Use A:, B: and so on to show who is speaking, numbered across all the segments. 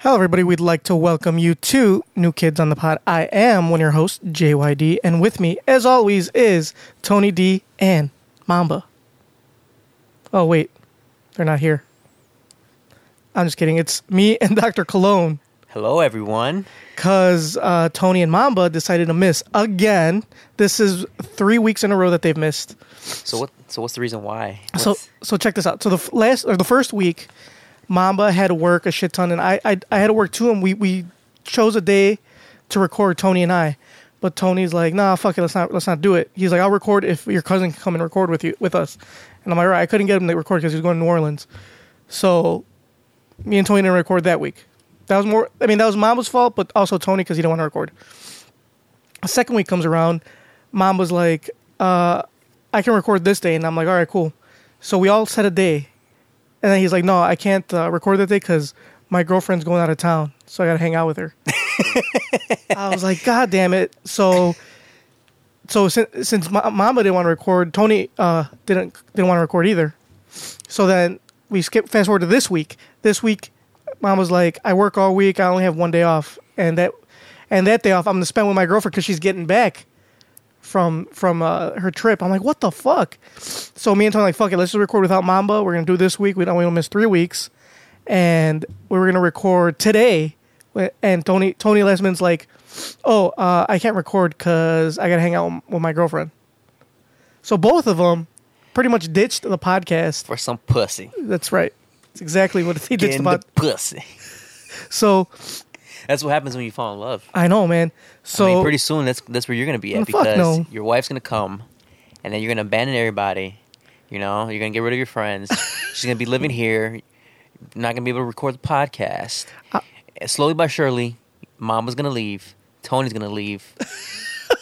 A: Hello, everybody. We'd like to welcome you to New Kids on the Pod. I am one of your hosts, JYD, and with me, as always, is Tony D and Mamba. Oh, wait, they're not here. I'm just kidding. It's me and Dr. Cologne
B: Hello, everyone.
A: because uh, Tony and Mamba decided to miss again. This is three weeks in a row that they've missed.
B: So what? So what's the reason why?
A: So
B: What's-
A: so check this out. So the f- last or the first week, Mamba had to work a shit ton, and I I, I had to work too. And we we chose a day to record Tony and I, but Tony's like, nah, fuck it, let's not let's not do it. He's like, I'll record if your cousin can come and record with you with us. And I'm like, all right, I couldn't get him to record because he was going to New Orleans. So me and Tony didn't record that week. That was more. I mean, that was Mamba's fault, but also Tony because he didn't want to record. The second week comes around, Mom was like, uh, "I can record this day," and I'm like, "All right, cool." So we all set a day, and then he's like, "No, I can't uh, record that day because my girlfriend's going out of town, so I got to hang out with her." I was like, "God damn it!" So, so since since Ma- Mama didn't want to record, Tony uh, didn't didn't want to record either. So then we skip fast forward to this week. This week, mom was like, "I work all week. I only have one day off, and that and that day off I'm gonna spend with my girlfriend because she's getting back from from uh, her trip." I'm like, "What the fuck?" So me and Tony like, "Fuck it, let's just record without Mamba. We're gonna do this week. We don't we don't miss three weeks, and we were gonna record today." And Tony Tony last minute's like, "Oh, uh, I can't record because I gotta hang out with my girlfriend." So both of them pretty much ditched the podcast
B: for some pussy.
A: that's right. That's exactly what he did
B: Getting
A: about.
B: the pussy.
A: So
B: That's what happens when you fall in love.
A: I know, man. So
B: I mean, pretty soon that's that's where you're gonna be
A: Mm,
B: at
A: fuck
B: because
A: no.
B: your wife's gonna come, and then you're gonna abandon everybody. You know, you're gonna get rid of your friends. She's gonna be living here, not gonna be able to record the podcast.
A: Uh,
B: And Slowly but surely, Mama's gonna leave. Tony's gonna leave.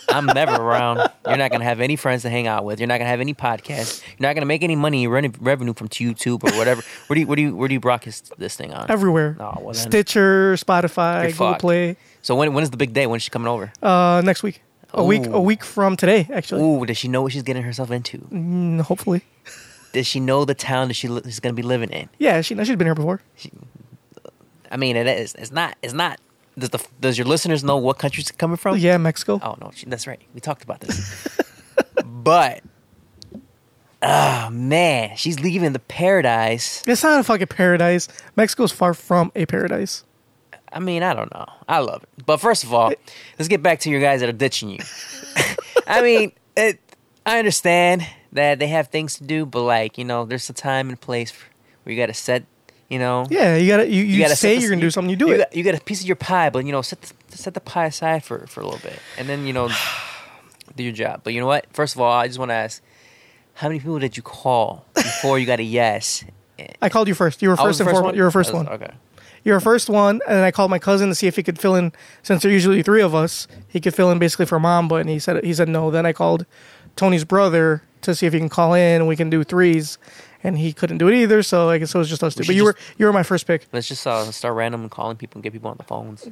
B: I'm never around. You're not gonna have any friends to hang out with. You're not gonna have any podcasts. You're not gonna make any money rene- revenue from YouTube or whatever. Where do you where do you where do you broadcast this thing on?
A: everywhere.
B: No, well then,
A: Stitcher, Spotify,
B: you're
A: Google
B: fucked.
A: Play.
B: So when when is the big day? When's she coming over?
A: Uh, next week, a week, a
B: Ooh.
A: week from today, actually.
B: Ooh, does she know what she's getting herself into?
A: Mm, hopefully,
B: does she know the town that she li- she's gonna be living in?
A: yeah. She she's been here before.
B: I mean, it is. It's not. It's not. Does the does your listeners know what country she's coming from?
A: Yeah, Mexico.
B: Oh no, she, that's right. We talked about this. but oh man, she's leaving the paradise.
A: It's not a fucking paradise. Mexico's far from a paradise.
B: I mean, I don't know. I love it. But first of all, let's get back to your guys that are ditching you. I mean, it, I understand that they have things to do, but like you know, there's a time and place where you got to set. You know.
A: Yeah, you gotta you, you,
B: gotta set
A: say
B: the-
A: you're gonna do something, you do it.
B: Got, you got a piece of your pie, but you know, set the, set the pie aside for, for a little bit, and then you know, do your job. But you know what? First of all, I just want to ask, how many people did you call before you got a yes?
A: I called you first. You were
B: I was
A: first
B: the
A: and foremost. You were first
B: I was-
A: one.
B: Okay.
A: You're a first one, and then I called my cousin to see if he could fill in. Since there are usually three of us, he could fill in basically for Mamba, and he said he said no. Then I called Tony's brother to see if he can call in and we can do threes, and he couldn't do it either. So like so it was just us two. But
B: should
A: you were you were my first pick.
B: Let's just uh, start randomly calling people and get people on the phones.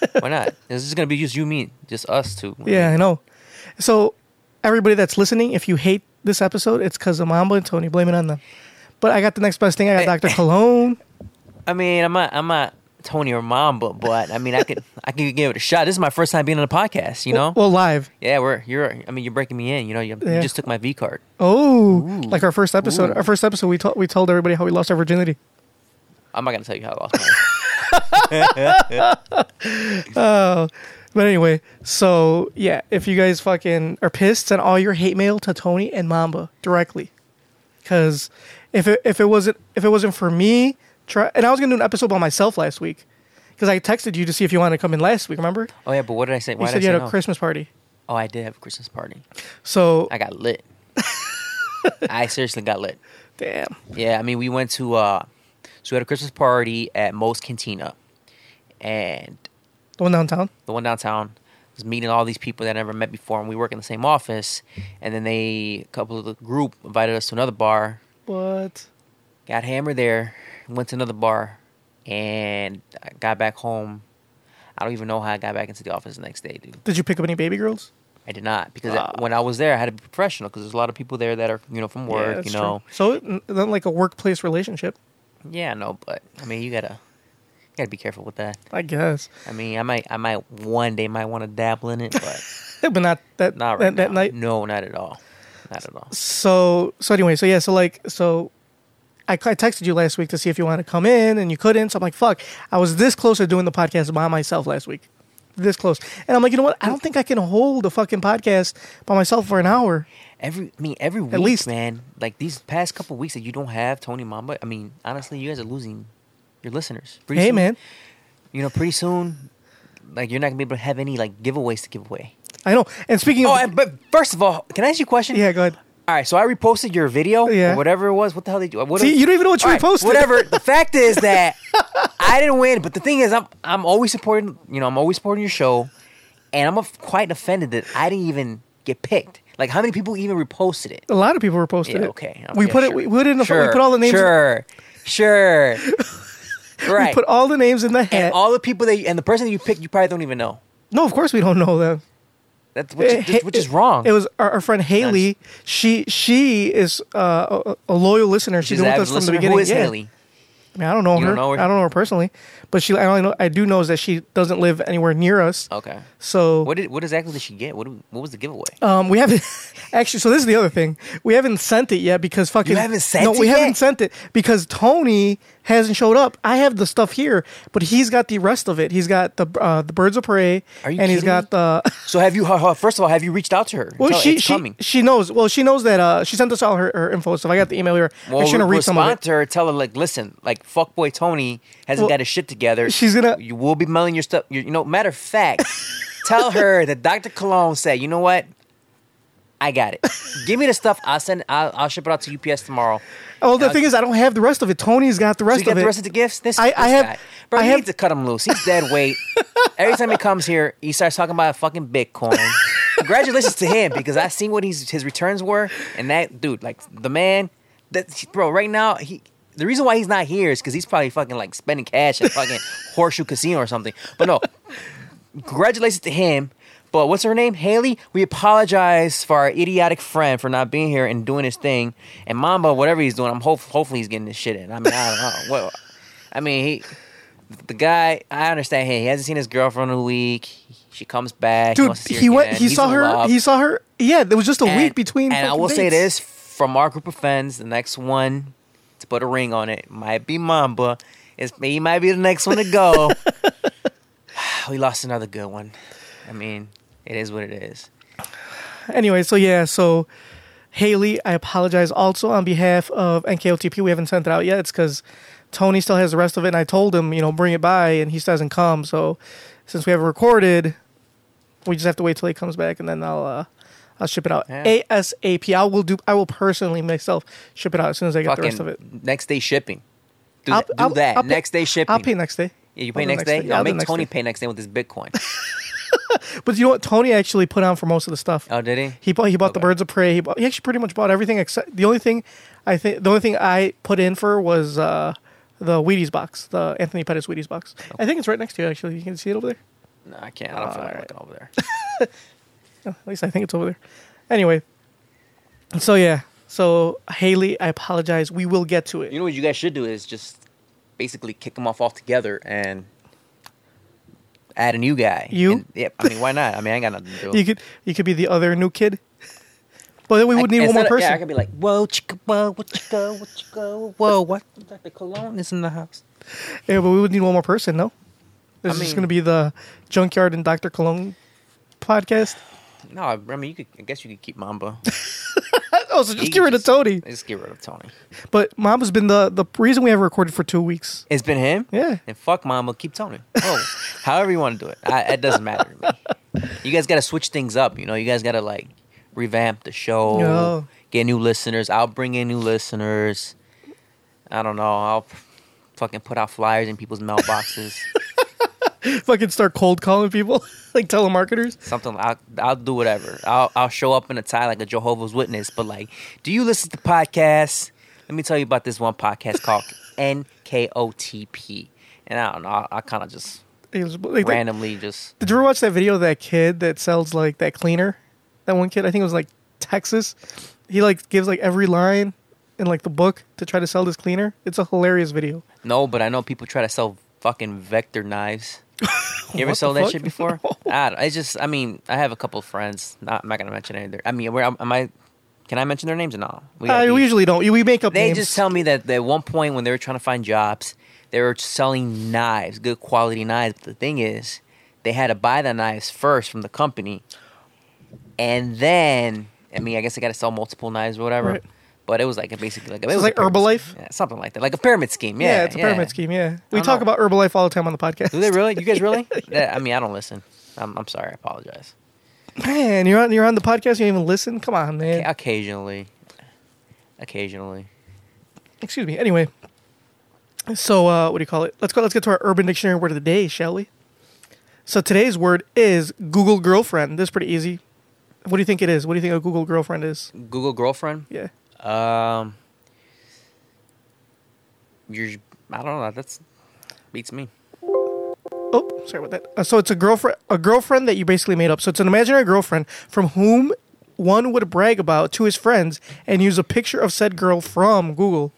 B: Why not? This is gonna be just you, me, just us two.
A: Yeah, I know. So everybody that's listening, if you hate this episode, it's because of Mamba and Tony. Blame it on them. But I got the next best thing. I got Dr. Cologne.
B: I mean, I'm not, I'm not Tony or Mamba, but I mean, I could, I could give it a shot. This is my first time being on a podcast. You know.
A: Well, live.
B: yeah, we're you're. I mean, you're breaking me in. You know, you,
A: Yeah.
B: you just took my V card.
A: Oh,
B: Ooh.
A: like our first episode.
B: Ooh.
A: Our first episode, we, told we told everybody how we lost our virginity.
B: I'm not gonna tell you how I lost mine.
A: But anyway, so yeah, if you guys fucking are pissed, send all your hate mail to Tony and Mamba directly. Cause if it if it wasn't if it wasn't for me, try and I was gonna do an episode by myself last week. Cause I texted you to see if you wanted to come in last week, remember?
B: oh yeah, but what did I say?
A: you
B: Why did
A: said
B: I
A: you
B: say
A: had a
B: no?
A: Christmas party.
B: Oh, I did have a Christmas party.
A: So
B: I got lit. I seriously got lit.
A: damn.
B: Yeah, I mean, we went to uh, so we had a Christmas party at Mo's Cantina, and
A: The one downtown.
B: the one downtown. was meeting all these people that I never met before, and we work in the same office. And then they, a couple of the group, invited us to another bar.
A: What?
B: Got hammered there, went to another bar, and I got back home. I don't even know how I got back into the office the next day, dude.
A: Did you pick up any baby girls?
B: I did not because
A: Ah.
B: when I was there, I had to be professional because there's a lot of people there that are you know from
A: Yeah,
B: work,
A: that's
B: you know.
A: True. So n- then like a workplace relationship,
B: Yeah, no, but I mean, you gotta you gotta be careful with that.
A: I guess.
B: I mean, I might I might one day might want to dabble in it, but
A: But not that
B: not
A: that,
B: right
A: that
B: now.
A: night.
B: No, not at all, not at all.
A: So so anyway, so yeah, so like so I, I texted you last week to see if you wanted to come in and you couldn't. So I'm like, fuck. I was this close to doing the podcast by myself last week. This close. And I'm like, you know what? I don't think I can hold a fucking podcast by myself for an hour.
B: Every I mean every week,
A: least.
B: man. Like these past couple weeks that you don't have Tony Mamba. I mean, honestly, you guys are losing your listeners. Pretty
A: hey
B: soon-
A: man.
B: you know, pretty soon, like you're not gonna be able to have any like giveaways to give away.
A: I know. And speaking
B: Oh,
A: of
B: and, but first of all, can I ask you a question?
A: Yeah, go ahead.
B: All right, so I reposted your video,
A: Yeah.
B: or whatever it was. What the hell did you? What
A: See, you don't even know what you
B: All right,
A: reposted.
B: Whatever. The fact is that I didn't win, but the thing is, I'm I'm always supporting. You know, I'm always supporting your show, and I'm of- quite offended that I didn't even get picked. Like, how many people even reposted it?
A: A lot of people were posted.
B: Yeah,
A: it.
B: okay.
A: we
B: okay,
A: put it.
B: sure.
A: We put it in the.
B: Sure,
A: We put all the names.
B: Sure, sure. right.
A: We put all the names in the hat.
B: and all the people that you, and the person that you picked, you probably don't even know.
A: no, of course we don't know them.
B: That's which,
A: Eh,
B: which, which is wrong.
A: It was our, our friend Haley. She she is uh, a, a loyal listener. She's
B: She's
A: been
B: an
A: with
B: avid
A: us from the
B: listener.
A: beginning.
B: Who is
A: yeah.
B: Haley?
A: I mean, I don't know
B: You
A: her.
B: don't know her?
A: I don't know her personally, but she. I only know. I do know is that she doesn't live anywhere near us.
B: Okay.
A: So
B: What did what exactly did she get? What do- what was the giveaway?
A: Um, we haven't actually. So this is the other thing. We haven't sent it yet because fucking.
B: You haven't sent
A: No,
B: it
A: we haven't
B: yet?
A: sent it because Tony hasn't showed up. I have the stuff here, but he's got the rest of it. He's got the uh, the birds of prey,
B: Are you
A: and he's
B: kidding
A: got the.
B: So have you? First of all, have you reached out to her?
A: Well,
B: Tell her
A: she
B: it's
A: she
B: coming.
A: she knows. Well, she knows that uh, she sent us all her, her info stuff. I got the email here.
B: Well,
A: I'm just gonna
B: re-
A: read some of
B: respond
A: it.
B: to her. Tell her like, listen, like fuckboy Tony hasn't
A: Well,
B: got his shit together.
A: she's gonna-
B: You will be mailing your stuff. You, you know, matter of fact, tell her that Dr. Cologne said, you know what? I got it. Give me the stuff. I'll send. I'll, I'll ship it out to UPS tomorrow.
A: Oh, the
B: I'll-
A: thing is, I don't have the rest of it. Tony's got the
B: So
A: rest
B: you got
A: of it.
B: the rest of the gifts. This,
A: I-
B: this
A: I have-
B: guy. bro.
A: I
B: you
A: have-
B: need to cut him loose. He's dead weight. Every time he comes here, he starts talking about fucking Bitcoin. Congratulations to him because I seen what he's, his returns were, and that dude, like the man, that bro, right now he. The reason why he's not here is because he's probably fucking like spending cash at fucking Horseshoe Casino or something. But no, congratulations to him. But what's her name? Haley. We apologize for our idiotic friend for not being here and doing his thing. And Mamba, whatever he's doing, I'm hope hopefully he's getting this shit in. I mean, I don't know. What, I mean, he, the guy. I understand him. He hasn't seen his girlfriend in a week. She comes back.
A: Dude,
B: wants to see her
A: he went.
B: again.
A: He
B: He's
A: saw
B: in
A: her.
B: love.
A: He saw her. Yeah, there was just a
B: And-
A: week between.
B: And I
A: fucking
B: will say
A: dates.
B: this from our group of friends: the next one to put a ring on it might be Mamba. It's he might be the next one to go. we lost another good one. I mean, it is what it is.
A: Anyway, so yeah, so Haley, I apologize also on behalf of NKOTP. We haven't sent it out yet. It's because Tony still has the rest of it, and I told him, you know, bring it by, and he still hasn't come. So since we haven't recorded, we just have to wait till he comes back, and then I'll uh, I'll ship it out
B: Yeah.
A: ASAP. I will do. I will personally myself ship it out as soon as I get the
B: Fucking
A: rest of it.
B: next day shipping. Do,
A: I'll-
B: do
A: I'll-
B: that
A: I'll pay-
B: next day shipping.
A: I'll pay next day.
B: yeah, you
A: I'll
B: pay
A: do
B: next day.
A: Yeah,
B: I'll
A: I'll do
B: make
A: next
B: Tony
A: day.
B: pay next day with his Bitcoin.
A: But you know what? Tony actually put on for most of the stuff.
B: oh, did he?
A: He bought he bought the
B: Okay.
A: birds of prey. He, bought, he actually pretty much bought everything except the only thing I think the only thing I put in for was uh, the Wheaties box, the Anthony Pettis Wheaties box. I think it's right next to you. Actually, you can see it over there.
B: No, I can't. I don't feel like
A: Alright.
B: looking over there.
A: Yeah, at least I think it's over there. Anyway, so yeah, so Haley, I apologize. We will get to it.
B: You know what you guys should do is just basically kick them off altogether and add a new guy.
A: You?
B: And- yeah, I mean, why not? I mean, I ain't got nothing to do.
A: You could you could be the other new kid, but then we would need one more
B: Instead of-
A: person.
B: Yeah, I could be like, whoa, chicka, whoa, what chicka, what chicka, whoa, what? Dr. Cologne is in the house.
A: Yeah, but we would need one more person, no? This
B: I
A: is
B: mean-
A: just going to be the Junkyard and Dr. Cologne podcast.
B: No, I I mean, you could. I guess you could keep Mamba.
A: Oh, so
B: He
A: just get rid of
B: just-
A: Tony.
B: Just get rid of Tony.
A: But mom has been the, the reason we haven't recorded for two weeks.
B: It's been him.
A: Yeah.
B: And fuck Mamba, keep Tony. Oh, however you want to do it. I, it doesn't matter to me. You guys got to switch things up. You know, you guys got to like revamp the show,
A: Yeah.
B: get new listeners. I'll bring in new listeners. I don't know. I'll fucking put out flyers in people's mailboxes.
A: Fucking start cold calling people like telemarketers.
B: Something I'll, I'll do whatever. I'll I'll show up in a tie like a Jehovah's Witness, but like, do you listen to podcasts? Let me tell you about this one podcast called NKOTP, and I don't know. I, I kind of just
A: It was like-
B: randomly just
A: Did you ever watch that video of that kid that sells like that cleaner? That one kid, I think it was like Texas. He like gives like every line in like the book to try to sell this cleaner. It's a hilarious video.
B: no, but I know people try to sell fucking vector knives. You ever
A: What
B: sold
A: the
B: that
A: fuck?
B: shit before? I don't. It's just. I mean, I have a couple of friends. Not, I'm not gonna mention any. of their- I mean, where am I? Can I mention their names or not? We gotta
A: Uh,
B: be-
A: we usually don't. We make up
B: They
A: names.
B: just tell me that at one point when they were trying to find jobs, they were selling knives, good quality knives. But the thing is, they had to buy the knives first from the company, and then I mean, I guess they got to sell multiple knives or whatever.
A: Right.
B: But it was like a, basically like it
A: So
B: was
A: it's
B: a
A: like
B: pyramid scheme.
A: Herbalife?
B: yeah, something like that, like a pyramid scheme. Yeah,
A: yeah, it's a pyramid scheme. Yeah, we
B: don't
A: talk
B: know.
A: about Herbalife all the time on the podcast.
B: Do they really? You guys really? That- I mean, I don't listen. I'm, I'm sorry. I apologize.
A: Man, you're on you're on the podcast. You don't even listen. Come on, man.
B: Occasionally, occasionally.
A: Excuse me. Anyway, so uh, what do you call it? Let's go. Let's get to our Urban Dictionary word of the day, shall we? So today's word is Google girlfriend. This is pretty easy. What do you think it is? What do you think a Google girlfriend is?
B: Google girlfriend.
A: Yeah.
B: Um, you're. I don't know. That's beats me.
A: Oh, sorry about that. Uh, so it's a girlfriend, a girlfriend that you basically made up. So it's an imaginary girlfriend from whom one would brag about to his friends and use a picture of said girl from Google.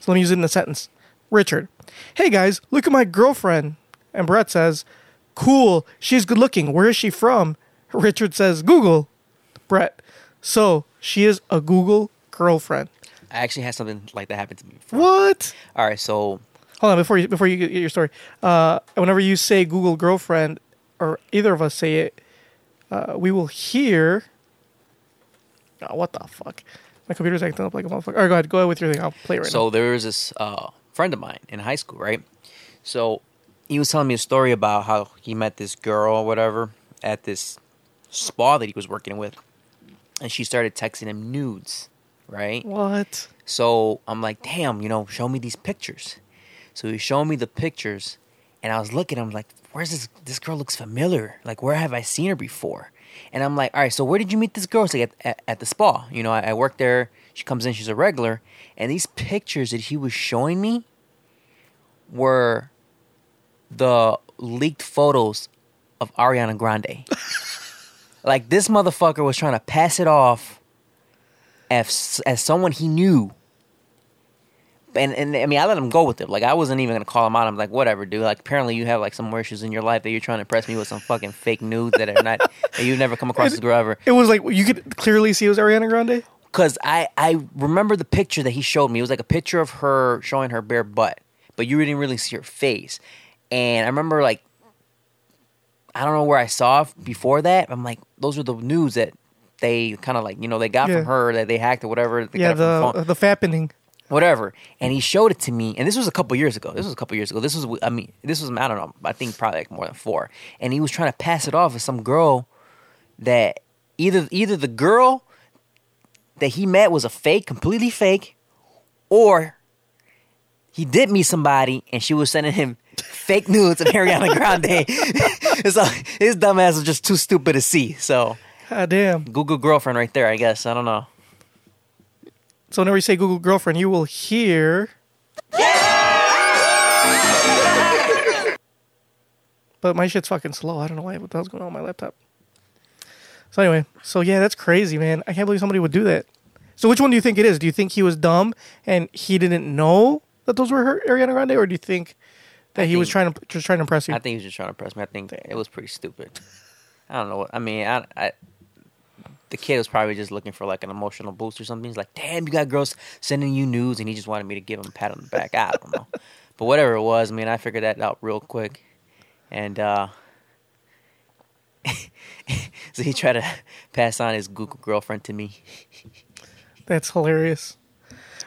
A: So let me use it in a sentence. Richard, hey guys, look at my girlfriend. And Brett says, cool, she's good looking. Where is she from? Richard says, Google. Brett, so she is a Google girlfriend.
B: I actually had something like that happen to me. Before.
A: What?
B: All right, so
A: Hold on, before you before you get your story, uh, whenever you say Google girlfriend, or either of us say it, uh, we will hear. Oh, what the fuck? My computer's acting up like a motherfucker. All right, go ahead, go ahead with your thing. I'll play it right
B: so there was this uh, friend of mine in high school, right? So he was telling me a story about how he met this girl or whatever at this spa that he was working with, and she started texting him nudes, right?
A: now. What?
B: So I'm like, damn, you know, show me these pictures. So he showed me the pictures, and I was looking. I'm like, where's this? This girl looks familiar. Like, where have I seen her before? And I'm like, all right, so where did you meet this girl? It's like at, at, at the spa. You know, I, I work there. She comes in, she's a regular. And these pictures that he was showing me were the leaked photos of Ariana Grande. like, this motherfucker was trying to pass it off as, as someone he knew. And, and I mean, I let him go with it. Like, I wasn't even gonna call him out. I'm like, whatever, dude. Like, apparently you have like some more issues in your life that you're trying to impress me with some fucking fake nudes that are not that you've never come across this girl ever.
A: It was like you could clearly see it was Ariana Grande.
B: Cause I I remember the picture that he showed me. It was like a picture of her showing her bare butt, but you didn't really see her face. And I remember like I don't know where I saw it before that. I'm like, those are the news that they kind of like you know they got
A: Yeah.
B: from her that they hacked or whatever. They
A: yeah,
B: got it from
A: the
B: phone
A: the fappening.
B: whatever. And he showed it to me, and this was a couple years ago. This was a couple years ago. This was, I mean, this was, I don't know, I think probably like more than four. And he was trying to pass it off as some girl that either either the girl that he met was a fake, completely fake, or he did meet somebody and she was sending him fake nudes of Ariana Grande. so his dumbass was just too stupid to see. So
A: God damn.
B: Google girlfriend right there, I guess. I don't know.
A: So whenever you say Google girlfriend, you will hear. but my shit's fucking slow. I don't know why. What the hell's going on with my laptop? So anyway, so yeah, that's crazy, man. I can't believe somebody would do that. So which one do you think it is? Do you think he was dumb and he didn't know that those were her, Ariana Grande, or do you think that he was
B: think-
A: trying to just trying to impress you?
B: I think he was just trying to impress me. I think it was pretty stupid. I don't know. What, I mean, I, I the kid was probably just looking for like an emotional boost or something. He's like, "Damn, you got girls sending you news," and he just wanted me to give him a pat on the back. I don't know, but whatever it was, I mean, I figured that out real quick, and uh so he tried to pass on his Google girlfriend to me.
A: That's hilarious.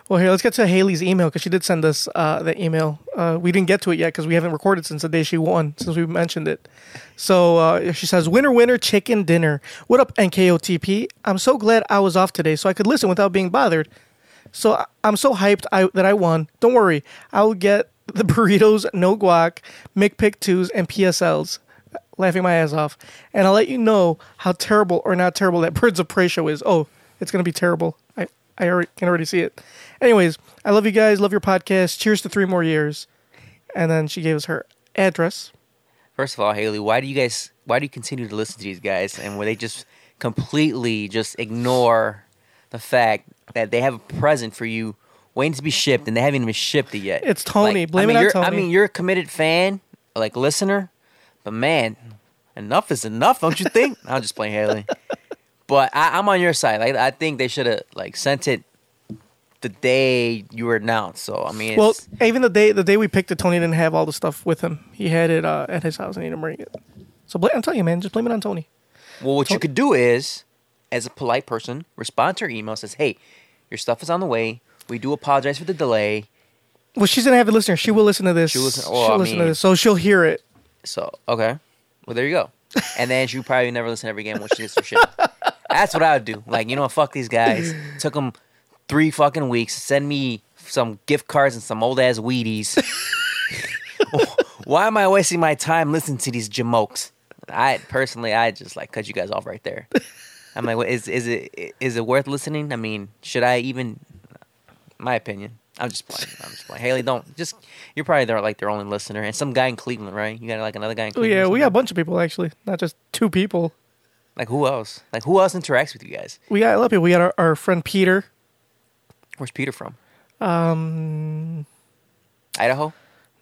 A: Well, here, let's get to Haley's email because she did send us uh, the email. Uh, we didn't get to it yet because we haven't recorded since the day she won, since we mentioned it. So uh, she says, Winner, winner, chicken dinner. What up, NKOTP? I'm so glad I was off today so I could listen without being bothered. So I- I'm so hyped I, that I won. Don't worry, I will get the burritos, no guac, McPick twos, and PSLs. Laughing my ass off. And I'll let you know how terrible or not terrible that Birds of Prey show is. Oh, it's going to be terrible. I, I already, can already see it. Anyways, I love you guys. Love your podcast. Cheers to three more years. And then she gave us her address.
B: First of all, Haley, why do you guys? Why do you continue to listen to these guys? And where they just completely just ignore the fact that they have a present for you waiting to be shipped, and they haven't even been shipped it yet.
A: It's Tony. Blame
B: I
A: it
B: mean,
A: on
B: you're- I
A: Tony.
B: mean, you're a committed fan, like listener, but man, enough is enough, don't you think? I'm just playing Haley, but I, I'm on your side. Like, I think they should have like sent it the day you were announced. So I mean, it's,
A: Well, even the day the day we picked it, Tony didn't have all the stuff with him. He had it uh, at his house and he didn't bring it. So bl- I'm telling you, man, just blame it on Tony.
B: Well, what you could do is, as a polite person, respond to her email says, "Hey, your stuff is on the way. We do apologize for the delay."
A: Well, she's gonna have a listener. She will listen to this.
B: She'll listen- oh, I
A: to
B: mean-
A: this, so she'll hear it.
B: So okay, well there you go. And then she probably never listen ever again when she gets her shit. That's what I would do. Like you know, what, fuck these guys. Took them three fucking weeks. Send me some gift cards and some old ass Wheaties. Why am I wasting my time listening to these jamokes? I personally, I just like cut you guys off right there. I'm like, what- is is it is it worth listening? I mean, should I even? My opinion. I'm just playing. I'm just playing. Haley, don't just. You're probably their like their only listener, and some guy in Cleveland, right? You got like another guy in
A: Oh
B: Cleveland. or
A: yeah, we
B: something?
A: got a bunch of people actually, not just two people.
B: Like who else? Like who else interacts with you guys?
A: We got a lot of people. We got our, our friend Peter.
B: Where's Peter from? Um, Idaho,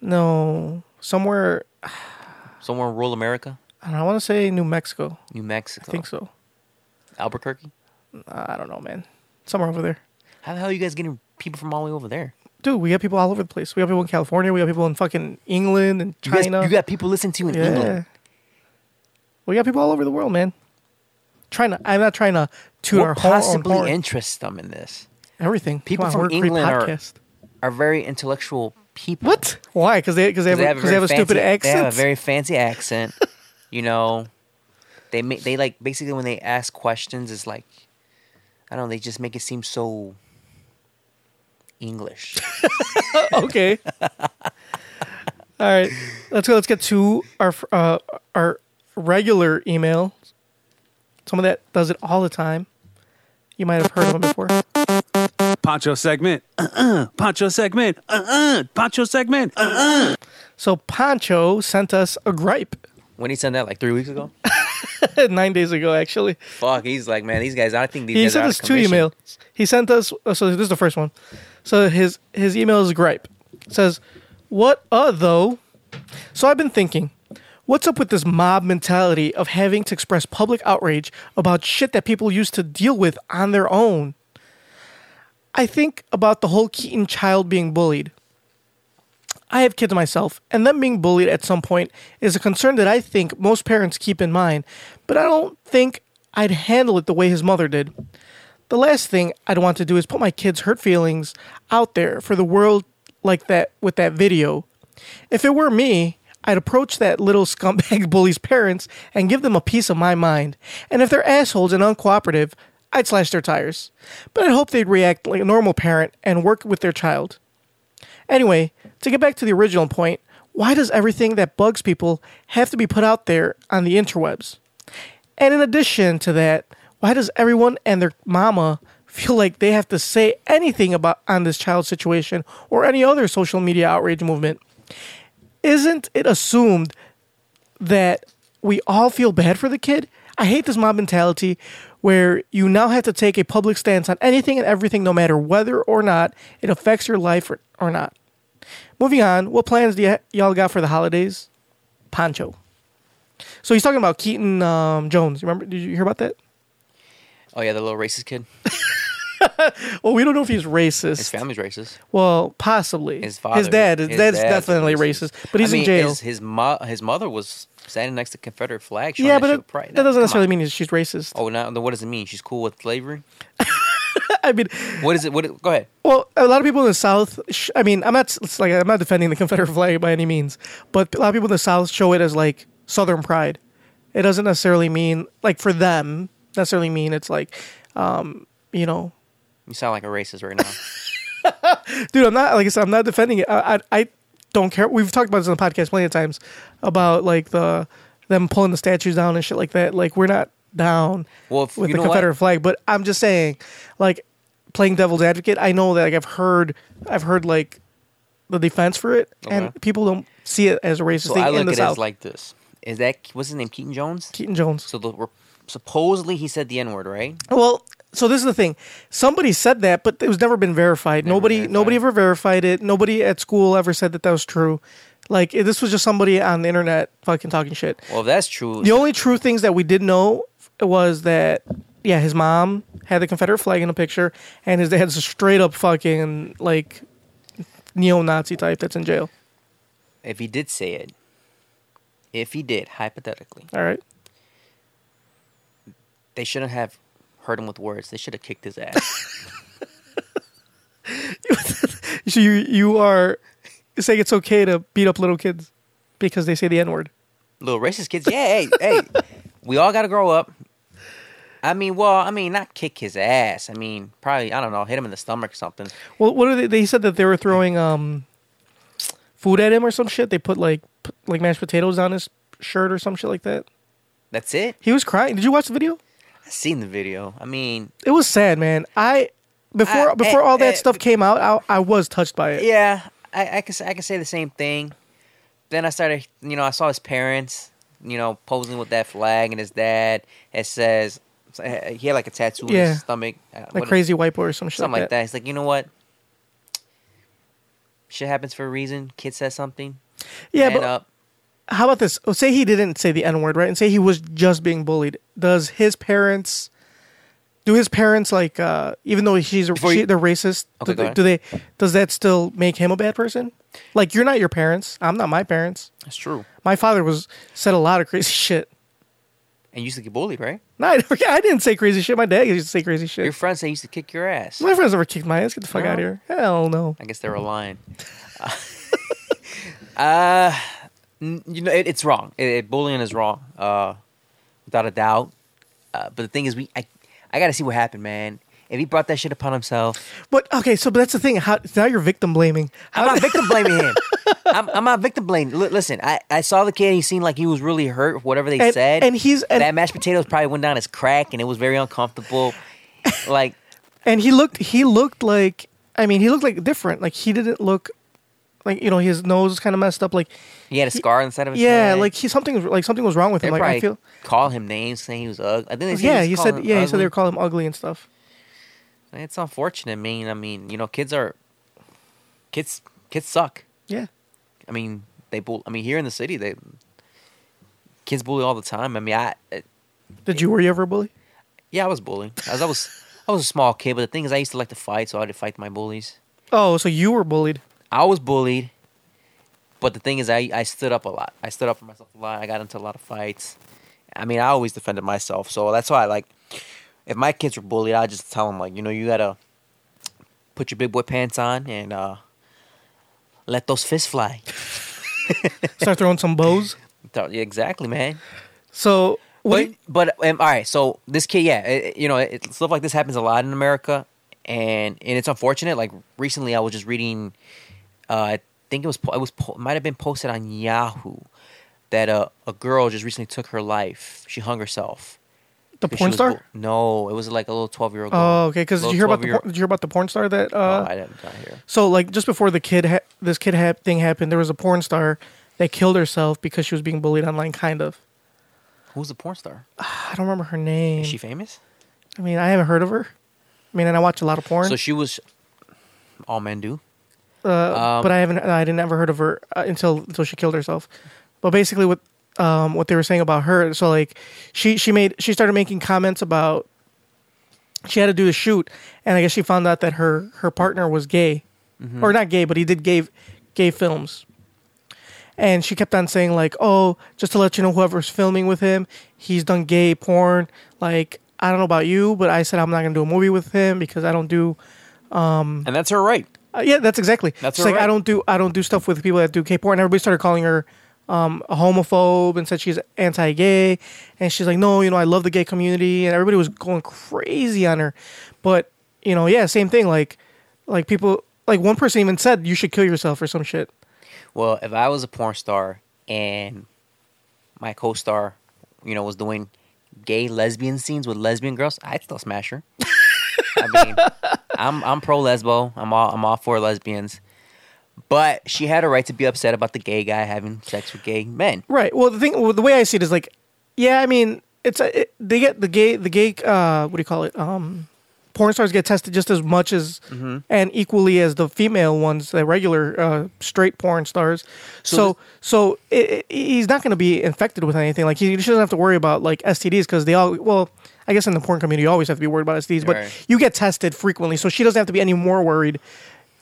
A: No, somewhere
B: somewhere in rural America,
A: I don't know, I want to say New Mexico.
B: New Mexico,
A: I think so.
B: Albuquerque.
A: I don't know, man. Somewhere over there,
B: How the hell are you guys getting people from all the way over there?
A: dude. We got people all over the place. We got people in California. We got people in fucking England and
B: You, guys,
A: China.
B: you got people listening to you in
A: Yeah.
B: England.
A: We got people all over the world, man. Trying to, I'm not trying to toot our
B: What
A: horn,
B: possibly
A: horn.
B: interests them in this?
A: everything.
B: people
A: Come on,
B: from
A: we're a great
B: England are-
A: podcast.
B: Are very intellectual people.
A: what? Why? Because they because they,
B: Because
A: have because they have a
B: very
A: stupid
B: fancy-
A: accent.
B: They have a very fancy accent. you know, they make they like basically when they ask questions, it's like I don't know. They just make it seem so English.
A: okay. all right, let's go. Let's get to our fr- uh, our regular email. Someone that does it all the time. You might have heard of him before.
C: Pancho segment. Uh-uh. Pancho segment. Uh-uh. Pancho segment. Uh-uh.
A: So Pancho sent us a gripe
B: when he sent that like three weeks ago.
A: nine days ago, actually.
B: Fuck, he's like, man, these guys. I think these
A: he
B: guys are
A: sent
B: out
A: us
B: of
A: two
B: commission.
A: emails. He sent us uh, so this is the first one. So his his email is gripe. It says, "What uh though? So I've been thinking, what's up with this mob mentality of having to express public outrage about shit that people used to deal with on their own? I think about the whole Keaton child being bullied. I have kids myself, and them being bullied at some point is a concern that I think most parents keep in mind, but I don't think I'd handle it the way his mother did. The last thing I'd want to do is put my kids' hurt feelings out there for the world like that with that video. If it were me, I'd approach that little scumbag bully's parents and give them a piece of my mind. And if they're assholes and uncooperative, I'd slash their tires. But I'd hope they'd react like a normal parent and work with their child. Anyway, to get back to the original point, why does everything that bugs people have to be put out there on the interwebs? And in addition to that, why does everyone and their mama feel like they have to say anything about on this child situation or any other social media outrage movement? Isn't it assumed that we all feel bad for the kid? I hate this mob mentality where you now have to take a public stance on anything and everything, no matter whether or not it affects your life or, or not. Moving on, what plans do y- y'all got for the holidays? Pancho. So he's talking about Keaton um, Jones. Remember? Did you hear about that?
B: Oh yeah, the little racist kid.
A: Well, we don't know if he's racist.
B: His family's racist.
A: Well, possibly.
B: His father.
A: His dad. His, dad's,
B: dad's
A: definitely racist, but he's
B: I mean,
A: in jail.
B: His, his mo- his mother was standing next to Confederate flag. showing
A: yeah,
B: that
A: but
B: she
A: that,
B: was proud.
A: that doesn't
B: Come
A: necessarily
B: on.
A: mean she's racist.
B: Oh, now then what does it mean? She's cool with slavery.
A: I mean,
B: What is it? What? Go ahead.
A: Well, a lot of people in the South. Sh- I mean, I'm not it's like I'm not defending the Confederate flag by any means, but a lot of people in the South show it as like Southern pride. It doesn't necessarily mean like for them necessarily mean it's like, um, you know,
B: You sound like a racist right now.
A: dude. I'm not like I said. I'm not defending it. I I, I don't care. We've talked about this on the podcast plenty of times about like the them pulling the statues down and shit like that. Like we're not down
B: Well, if-
A: with
B: you
A: the
B: know what?
A: Confederate flag, but I'm just saying, like playing devil's advocate. I know that like I've heard, I've heard like the defense for it,
B: Okay.
A: and people don't see it as a racist
B: So
A: thing
B: I
A: in
B: look at
A: the
B: it
A: South.
B: as like this: is that what's his name, Keaton Jones?
A: Keaton Jones.
B: So the re- supposedly he said the N word, right?
A: Well, so this is the thing. Somebody said that, but it was never been verified. nobody,
B: verified.
A: nobody ever verified it. Nobody at school ever said that that was true. Like it- this was just somebody on the internet fucking talking shit.
B: Well, if that's true,
A: The only true things that we did know was that yeah, his mom had the Confederate flag in the picture, and his dad's a straight up fucking like neo-Nazi type that's in jail.
B: if he did say it, if he did, hypothetically,
A: All right.
B: they shouldn't have hurt him with words. They should have kicked his ass.
A: So you you are saying it's okay to beat up little kids because they say the N word.
B: Little racist kids. Yeah, hey, hey, we all got to grow up. I mean, well, I mean, not kick his ass. I mean, probably, I don't know, hit him in the stomach or something.
A: Well, what are they? They said that they were throwing um food at him or some shit. They put like put, like mashed potatoes on his shirt or some shit like that.
B: That's it.
A: He was crying. Did you watch the video?
B: I seen the video. I mean,
A: It was sad, man. I before
B: I-
A: before all that
B: eh,
A: stuff came out, I, I was touched by it.
B: yeah, I, I can s- I can say the same thing. Then I started, you know, I saw his parents, you know, posing with that flag, and his dad. It says he had like a tattoo in
A: Yeah.
B: his stomach, uh,
A: like
B: what-
A: crazy white boy or some shit
B: something like that. He's like, you know what? Shit happens for a reason. Kid says something.
A: Yeah,
B: man
A: but
B: up.
A: how about this? Oh, Say he didn't say the N word, right? And say he was just being bullied. Does his parents? Do his parents like uh, even though she's a,
B: Before you-
A: she, they're racist?
B: Okay,
A: do,
B: go
A: they,
B: ahead.
A: do they? Does that still make him a bad person? Like you're not your parents. I'm not my parents.
B: That's true.
A: My father was said a lot of crazy shit.
B: And you used to get bullied, right?
A: No, I, never, I didn't say crazy shit. My dad used to say crazy shit.
B: Your friends say he used to kick your ass.
A: my friends never kicked my ass. Get the fuck
B: No.
A: out of here. Hell no.
B: I guess they were lying. uh, n- you know, it, it's wrong. It, it- bullying is wrong, uh, without a doubt. Uh, but the thing is, we I, I gotta see what happened, man. If he brought that shit upon himself,
A: But okay, so but that's the thing. How now you're victim blaming.
B: I'm not victim blaming him. I'm, I'm not victim blaming. L- listen, I, I saw the kid. He seemed like he was really hurt. Whatever they
A: And-
B: said,
A: and he's- and-
B: that mashed potatoes probably went down his crack, and it was very uncomfortable. like
A: And he looked. He looked like. I mean, he looked like different. Like he didn't look. Like you know, his nose was kind of messed up. Like
B: he had a scar inside of his
A: yeah,
B: head.
A: like he something like something was wrong with
B: they
A: him. Like
B: probably
A: I feel.
B: call him names, saying he was ugly. I think they
A: Yeah,
B: he
A: he
B: was
A: said.
B: calling him
A: Yeah, he said they
B: ugly.
A: were calling him ugly and stuff.
B: It's unfortunate. I mean, I mean, you know, kids are kids. Kids suck.
A: Yeah.
B: I mean, they bull. I mean, here in the city, they kids bully all the time. I mean, I uh,
A: Did you were you ever a bully?
B: yeah, I was bullied. As I was, I was a small kid, but the thing is, I used to like to fight, so I had to fight my bullies.
A: Oh, so you were bullied.
B: I was bullied, but the thing is, I I stood up a lot. I stood up for myself a lot. I got into a lot of fights. I mean, I always defended myself, so that's why like, if my kids were bullied, I just tell them like, you know, you gotta put your big boy pants on and uh, let those fists fly.
A: Start throwing some bows.
B: Th- yeah, exactly, man.
A: So
B: But
A: wait.
B: but um, all right, so this kid, yeah, it, it- you know, it, stuff like this happens a lot in America, and and it's unfortunate. Like recently, I was just reading, uh, I think it was po- it was po- it might have been posted on Yahoo that uh, a girl just recently took her life. She hung herself.
A: the
B: 'Cause she
A: porn
B: was
A: star.
B: bu- no, it was like a little twelve year old.
A: Oh, okay. Because did
B: Little
A: you hear about the
B: 12-year-old
A: por- did you hear about the porn star that? Uh,
B: oh, I didn't not hear.
A: so like just before the kid ha- this kid ha- thing happened, there was a porn star that killed herself because she was being bullied online. Kind of.
B: Who's the porn star?
A: I don't remember her name.
B: Is she famous?
A: I mean, I haven't heard of her. I mean, and I watch a lot of porn,
B: So she was. All men do.
A: uh,
B: um,
A: but I haven't. I didn't ever heard of her uh, until until she killed herself. But basically, what um, what they were saying about her, so like she she made she started making comments about she had to do the shoot, and I guess she found out that her her partner was gay,
B: Mm-hmm.
A: or not gay, but he did gay gay films. And she kept on saying like, "Oh, just to let you know, whoever's filming with him, he's done gay porn. Like, I don't know about you, but I said I'm not gonna do a movie with him because I don't do
B: And that's her right.
A: Uh, yeah, that's exactly.
B: That's
A: She's like
B: alright.
A: I don't do I don't do stuff with people that do K porn. And everybody started calling her um, a homophobe and said she's anti-gay. And she's like, no, you know, I love the gay community. And everybody was going crazy on her. But you know, yeah, same thing. Like, like people, like one person even said you should kill yourself or some shit.
B: Well, if I was a porn star and my co-star, you know, was doing gay lesbian scenes with lesbian girls, I'd still smash her. I mean, I'm I'm pro lesbo. I'm all I'm all for lesbians. But she had a right to be upset about the gay guy having sex with gay men.
A: Right. Well, the thing, well, the way I see it is like, yeah, I mean, it's a, it, they get the gay, the gay, uh, what do you call it? Um, porn stars get tested just as much as
B: Mm-hmm.
A: and equally as the female ones, the regular uh, straight porn stars. So, so, i i he's not going to be infected with anything. Like he, he doesn't have to worry about like STDs because they all well. I guess in the porn community, you always have to be worried about STDs, but
B: Right.
A: you get tested frequently, so she doesn't have to be any more worried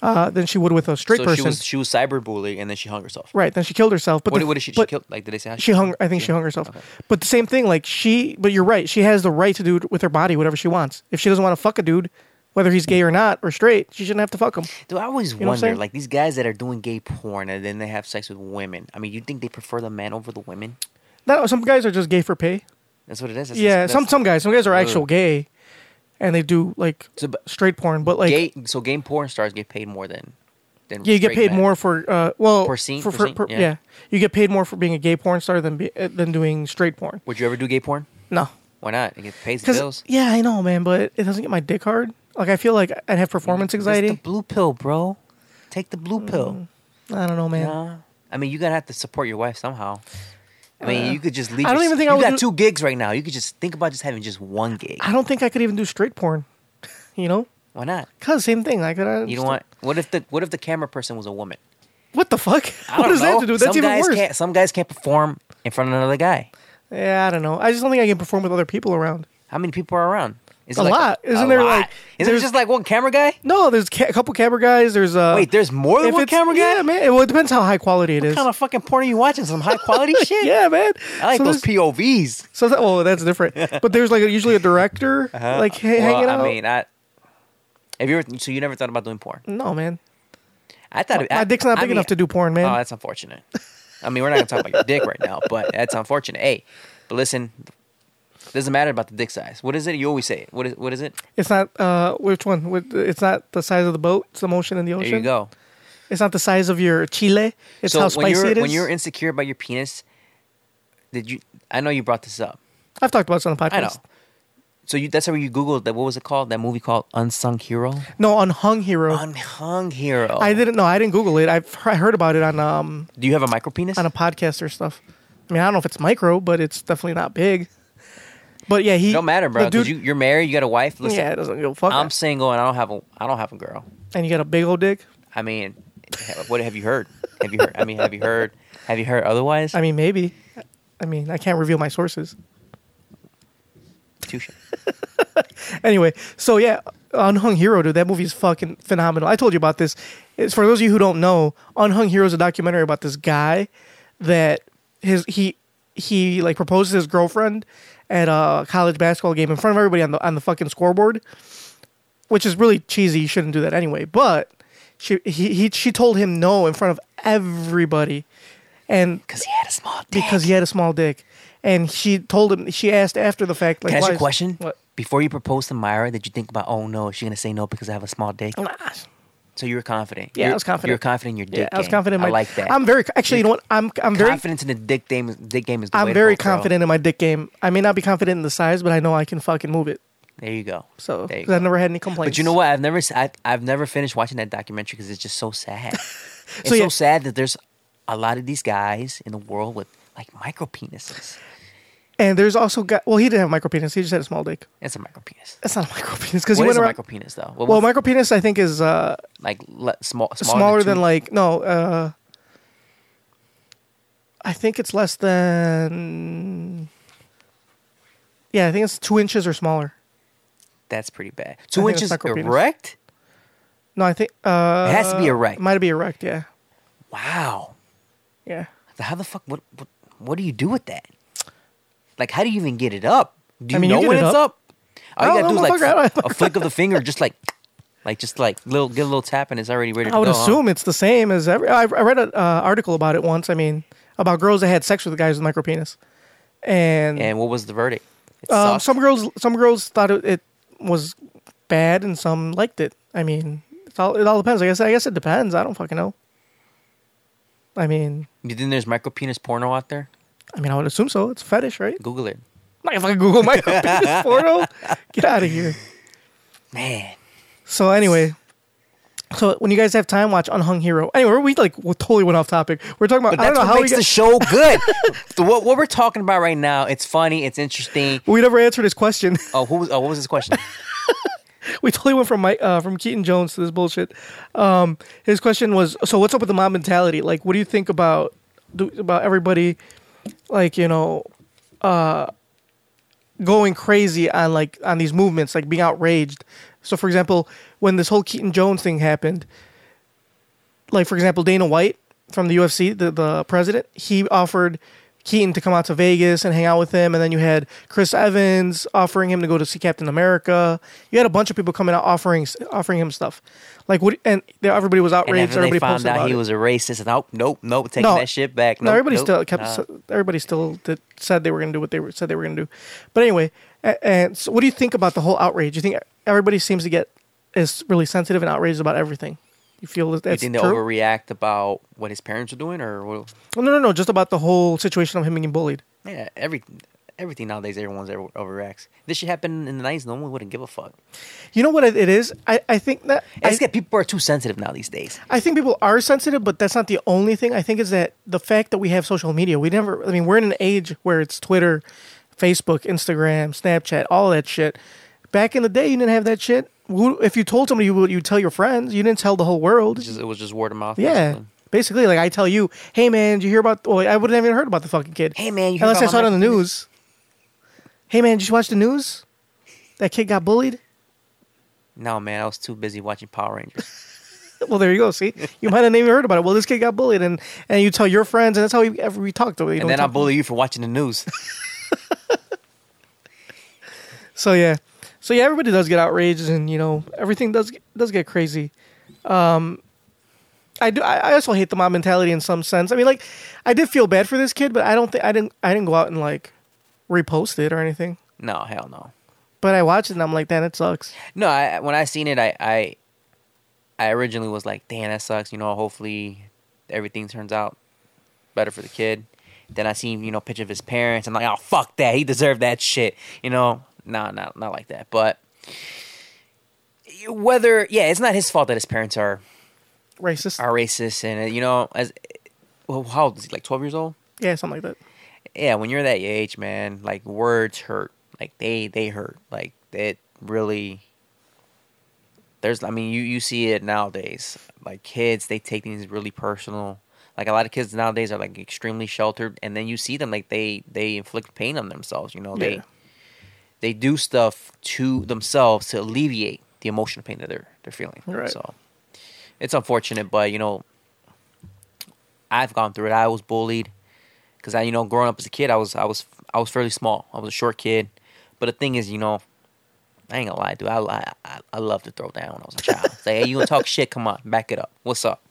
A: uh, than she would with a straight
B: So
A: person.
B: she was she was cyberbullied and then she hung herself.
A: right? Then she killed herself. But
B: What,
A: the-
B: what did she, she
A: but-
B: killed? Like did they say how
A: she hung. I think she hung herself. But the same thing, like she. But you're right. She has the right to do with her body whatever she wants. If she doesn't want to fuck a dude, whether he's gay or not or straight, she shouldn't have to fuck him.
B: Do I always
A: what I'm
B: wonder,
A: saying?
B: like these guys that are doing gay porn and then they have sex with women? I mean, you think they prefer the man over the women?
A: That some guys are just gay for pay.
B: That's what it is. That's-
A: yeah,
B: that's-
A: some some guys, some guys are actual
B: Ugh.
A: gay, and they do like
B: So, but
A: straight porn. But like,
B: gay, so gay porn stars get paid more than than
A: yeah, you get
B: straight
A: paid
B: men.
A: more for uh, well,
B: Per scene,
A: for,
B: per
A: for,
B: scene,
A: per-
B: yeah.
A: yeah. you get paid more for being a gay porn star than be, uh, than doing straight porn.
B: Would you ever do gay porn?
A: No,
B: Why not? It gets- pays the
A: because
B: bills.
A: yeah, I know, man, but it doesn't get my dick hard. Like I feel like I'd have performance
B: That's
A: anxiety. Mm.
B: the blue pill, bro. Take the blue pill.
A: I don't know, man.
B: Nah. I mean, you're gonna have to support your wife somehow. I mean, you could just leave.
A: Uh, I don't
B: your-
A: even think
B: you
A: I would
B: got
A: do-
B: two gigs right now. You could just think about just having just one gig.
A: I don't think I could even do straight porn. You know,
B: Why not?
A: cause same thing. Like uh, I
B: You
A: just-
B: don't want. What if the what if the camera person was a woman?
A: What the fuck?
B: I
A: What
B: don't
A: does that
B: know.
A: have to do? That's
B: some
A: even
B: guys
A: worse.
B: Can't, some guys can't perform in front of another guy.
A: Yeah, I don't know. I just don't think I can perform with other people around.
B: How many people are around? Is
A: A lot. Isn't there, like,
B: Is there
A: there's-
B: just like one camera guy?
A: No, there's ca- a couple camera guys. There's uh.
B: Wait, there's more than
A: if
B: one
A: it's-
B: camera guy.
A: Yeah, man. It, well, it depends how high quality it is.
B: What kind of fucking porn are you watching? Some high quality shit.
A: yeah, man.
B: I like
A: so
B: those
A: there's-
B: POVs.
A: So that, well, that's different. but there's like usually a director like ha-
B: Uh-huh. Well,
A: hanging out.
B: I mean, I. Have you ever? So you never thought about doing porn?
A: no, man.
B: I thought
A: My
B: I,
A: dick's not
B: I
A: big
B: mean-
A: enough to do porn, man.
B: Oh, that's unfortunate. I mean, we're not gonna talk about your dick right now, but that's unfortunate. Hey, but listen, doesn't matter about the dick size. What is it? You always say it. What is? What is it?
A: It's not uh which one? What- It's not the size of the boat. It's the motion in the
B: There
A: ocean.
B: you go.
A: It's not the size of your chile. Oh, It's
B: so
A: how
B: when
A: spicy
B: you're
A: it is.
B: when you're insecure about your penis, did you? I know you brought this up.
A: I've talked about this on the podcast.
B: I know. So you, that's how you googled that. What was it called? That movie called Unsung Hero.
A: No, on Hung Hero.
B: Unsung Hero.
A: I didn't know. I didn't Google it. I've he- I heard about it on um
B: Do you have a micro penis?
A: on a podcast or stuff. I mean, I don't know if it's micro, but it's definitely not big. But yeah, he
B: Don't matter, bro.
A: the
B: Because
A: Dude,
B: you, you're married. You got a wife. Listen,
A: yeah, it doesn't give a fuck.
B: I'm single and I don't have a. I don't have a girl.
A: and you got a big old dick.
B: I mean, what have you heard? Have you heard? I mean, have you heard? Have you heard otherwise?
A: I mean, maybe. I mean, I can't reveal my sources.
B: Touche.
A: Anyway, so yeah, Unhung Hero, dude, that movie is fucking phenomenal. I told you about this. It's for those of you who don't know, Unhung Hero is a documentary about this guy that his he he like proposes his girlfriend at a college basketball game in front of everybody on the on the fucking scoreboard, which is really cheesy. You shouldn't do that anyway. But she he, he she told him no in front of everybody, and
B: Because he had a small dick.
A: because he had a small dick, and she told him she asked after the fact like
B: Can
A: why
B: I ask you a
A: is-
B: question?
A: What?
B: Before you proposed to Myra, did you think about, oh no, is she gonna say no because I have a small dick?
A: Nah.
B: So you were confident.
A: Oh. Yeah, I
B: You're-
A: was confident.
B: You were confident in your dick.
A: Yeah, I was
B: game.
A: confident. In my,
B: I like that.
A: I'm very actually. You know what? I'm I'm very
B: confidence in the dick game. Dick game is. The way
A: I'm
B: to
A: very
B: go, bro.
A: confident in my dick game. I may not be confident in the size, but I know I can fucking move it.
B: There you go.
A: So
B: There you
A: 'cause I've
B: go.
A: never had any complaints.
B: But you know what? I've never s- I, have never finished watching that documentary because it's just so sad. it's so,
A: yeah.
B: sad that there's a lot of these guys in the world with like micro penises.
A: And there's also got well, he didn't have a micro penis. He just had a small dick.
B: It's a micro penis.
A: That's not a micro penis because he
B: What
A: went
B: is a
A: around.
B: micro penis though? What
A: well,
B: was-
A: micro penis I think is uh,
B: like le- small, smaller,
A: smaller, than
B: two-
A: like no. uh I think it's less than. Yeah, I think it's two inches or smaller.
B: That's pretty bad.
A: I
B: Two
A: think
B: inches
A: that's micro penis.
B: erect.
A: No, I think uh,
B: It has to be erect.
A: It might be erect. Yeah,
B: Wow.
A: yeah.
B: So How the fuck? What, what? What do you do with that? Like, how do you even get it up? Do you
A: I mean, you
B: know
A: get
B: when
A: it
B: it's up?
A: up. I
B: All you gotta
A: don't
B: do
A: know,
B: is
A: motherfucker, I
B: like
A: don't-
B: a flick of the finger, just like, like just like little, get a little tap, and it's already ready. to
A: I would
B: go, huh?
A: assume it's the same as every. I, I read an uh, article about it once. I mean, about girls that had sex with guys with micro penis, and,
B: And what was the verdict? It
A: um,
B: sucked?
A: some girls some girls thought it, it was bad, and some liked it. I mean, it's all, it all depends. I guess I guess it depends. I don't fucking know. I mean,
B: You think there's micro penis porno out there?
A: I mean, I would assume so. It's a fetish, right?
B: Google it.
A: I'm not gonna fucking Google micro penis porno. Get out of here.
B: Man,
A: So anyway, so when you guys have time, watch Unhung Hero. Anyway, we like we totally went off topic. We're talking about
B: but
A: I don't
B: that's
A: know
B: what
A: how we
B: makes
A: got,
B: the show good. The- what, what we're talking about right now, it's funny, it's interesting.
A: we never answered his question.
B: Oh, who was? Oh, what was this question?
A: we totally went from Mike uh, from Keaton Jones to this bullshit. Um, his question was, so what's up with the mob mentality? Like, what do you think about do, about everybody, like you know, uh, going crazy on like on these movements, like being outraged. So, for example, when this whole Keaton Jones thing happened, like for example, Dana White from the UFC, the the president, he offered. Keaton to come out to Vegas and hang out with him, and then you had Chris Evans offering him to go to see Captain America. You had a bunch of people coming out offering offering him stuff, like what? And everybody was
B: And
A: outraged.
B: after they
A: everybody
B: found
A: posted
B: out
A: about
B: he
A: it.
B: was a racist, nope, nope, nope, taking that shit back.
A: No,
B: Nope,
A: everybody
B: nope,
A: still
B: Uh,
A: kept.
B: nah.
A: Everybody still did, said they were going to do what they were, said they were going to do. But anyway, a- and so what do you think about the whole outrage? You think everybody seems to get is really sensitive and outraged about everything? You feel that
B: You
A: that's
B: think they
A: true?
B: overreact about what his parents were doing, or what,
A: no, no, no, just about the whole situation of him being bullied.
B: yeah, every everything nowadays, everyone's over- overreacts. This shit happened in the nineties. No one wouldn't give a fuck.
A: You know what it it is? I, I think that
B: I
A: I,
B: just get people are too sensitive now these days.
A: I think people are sensitive, but that's not the only thing. I think is that the fact that we have social media, we never. I mean, we're in an age where it's Twitter, Facebook, Instagram, Snapchat, all that shit. Back in the day, you didn't have that shit. Who, if you told somebody, you would you tell your friends? You didn't tell the whole world.
B: Just, it was just word of mouth.
A: yeah.
B: basically.
A: Basically, like I tell you, hey man, did you hear about? Well, I wouldn't have even heard about the fucking kid.
B: Hey, man, you hear
A: unless I
B: about
A: saw it
B: my-
A: on the news. Hey man, did you watch the news? That kid got bullied.
B: No, man, I was too busy watching Power Rangers.
A: Well, there you go. See, you might have not even heard about it. Well, this kid got bullied, and and you tell your friends, and that's how we ever we talked about it. You
B: and
A: don't
B: then I
A: talk-
B: bully you for watching the news.
A: So yeah, so yeah, everybody does get outraged, and you know everything does does get crazy. Um, I do. I I also hate the mob mentality in some sense. I mean, like, I did feel bad for this kid, but I don't think I didn't I didn't go out and like repost it or anything.
B: no, hell no.
A: But I watched it, and I'm like, damn, it sucks.
B: No, I, when I seen it, I, I I originally was like, "Damn, that sucks." You know, hopefully everything turns out better for the kid. Then I seen you know a picture of his parents. I'm like, "Oh fuck that! He deserved that shit." You know, no, not not like that. But whether yeah, it's not his fault that his parents are
A: Racist.
B: are racist, and uh, you know, as well, how old is he? Like twelve years old?
A: Yeah, something like that.
B: yeah, when you're that age, man, like words hurt. Like they they hurt. Like it really. There's, I mean, you you see it nowadays. Like kids, they take things really personal. Like a lot of kids nowadays are like extremely sheltered, and then you see them like they they inflict pain on themselves. You know,
A: Yeah.
B: they they do stuff to themselves to alleviate the emotional pain that they're they're feeling.
A: Right.
B: So it's unfortunate, but you know, I've gone through it. I was bullied because I, you know, growing up as a kid, I was, I was, I was fairly small. I was a short kid, but the thing is, you know, I ain't gonna lie, dude. I, I, I- I love to throw down when I was a child. Say, hey, you gonna talk shit? Come on, back it up. What's up?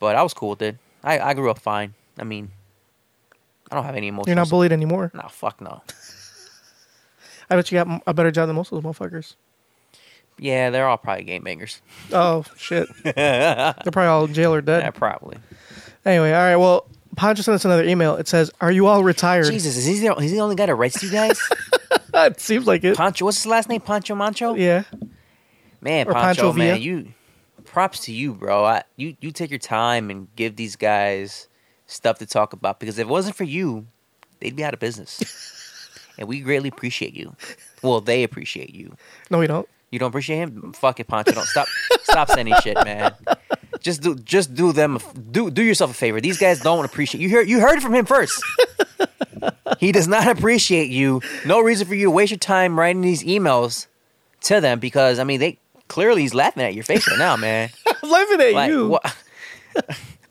B: But I was cool with it. I, I grew up fine. I mean, I don't have any emotions.
A: You're not bullied anymore.
B: Nah, fuck no.
A: I bet you got m- a better job than most of those motherfuckers.
B: Yeah, they're all probably game bangers.
A: Oh shit! They're probably all in jail or dead.
B: Yeah, probably.
A: Anyway, all right. Well, Poncho sent us another email. It says, "Are you all retired?"
B: Jesus, is he the, is he the only guy that writes you guys?
A: it seems like it.
B: Pancho, what's his last name? Pancho Mancho?
A: yeah.
B: Man,
A: Or
B: Pancho,
A: Pancho Villa.
B: man, you props to you, bro. I, you you take your time and give these guys stuff to talk about because if it wasn't for you, they'd be out of business. and we greatly appreciate you. Well, they appreciate you.
A: No, we don't.
B: You don't appreciate him? Fuck it, Pancho. Don't stop stop sending shit, man. Just do just do them a f- do do yourself a favor. These guys don't appreciate you. Heard you heard it from him first. he does not appreciate you. No reason for you to waste your time writing these emails to them because I mean they clearly he's laughing at your face right now, man.
A: I'm laughing at
B: Like
A: you.
B: what? All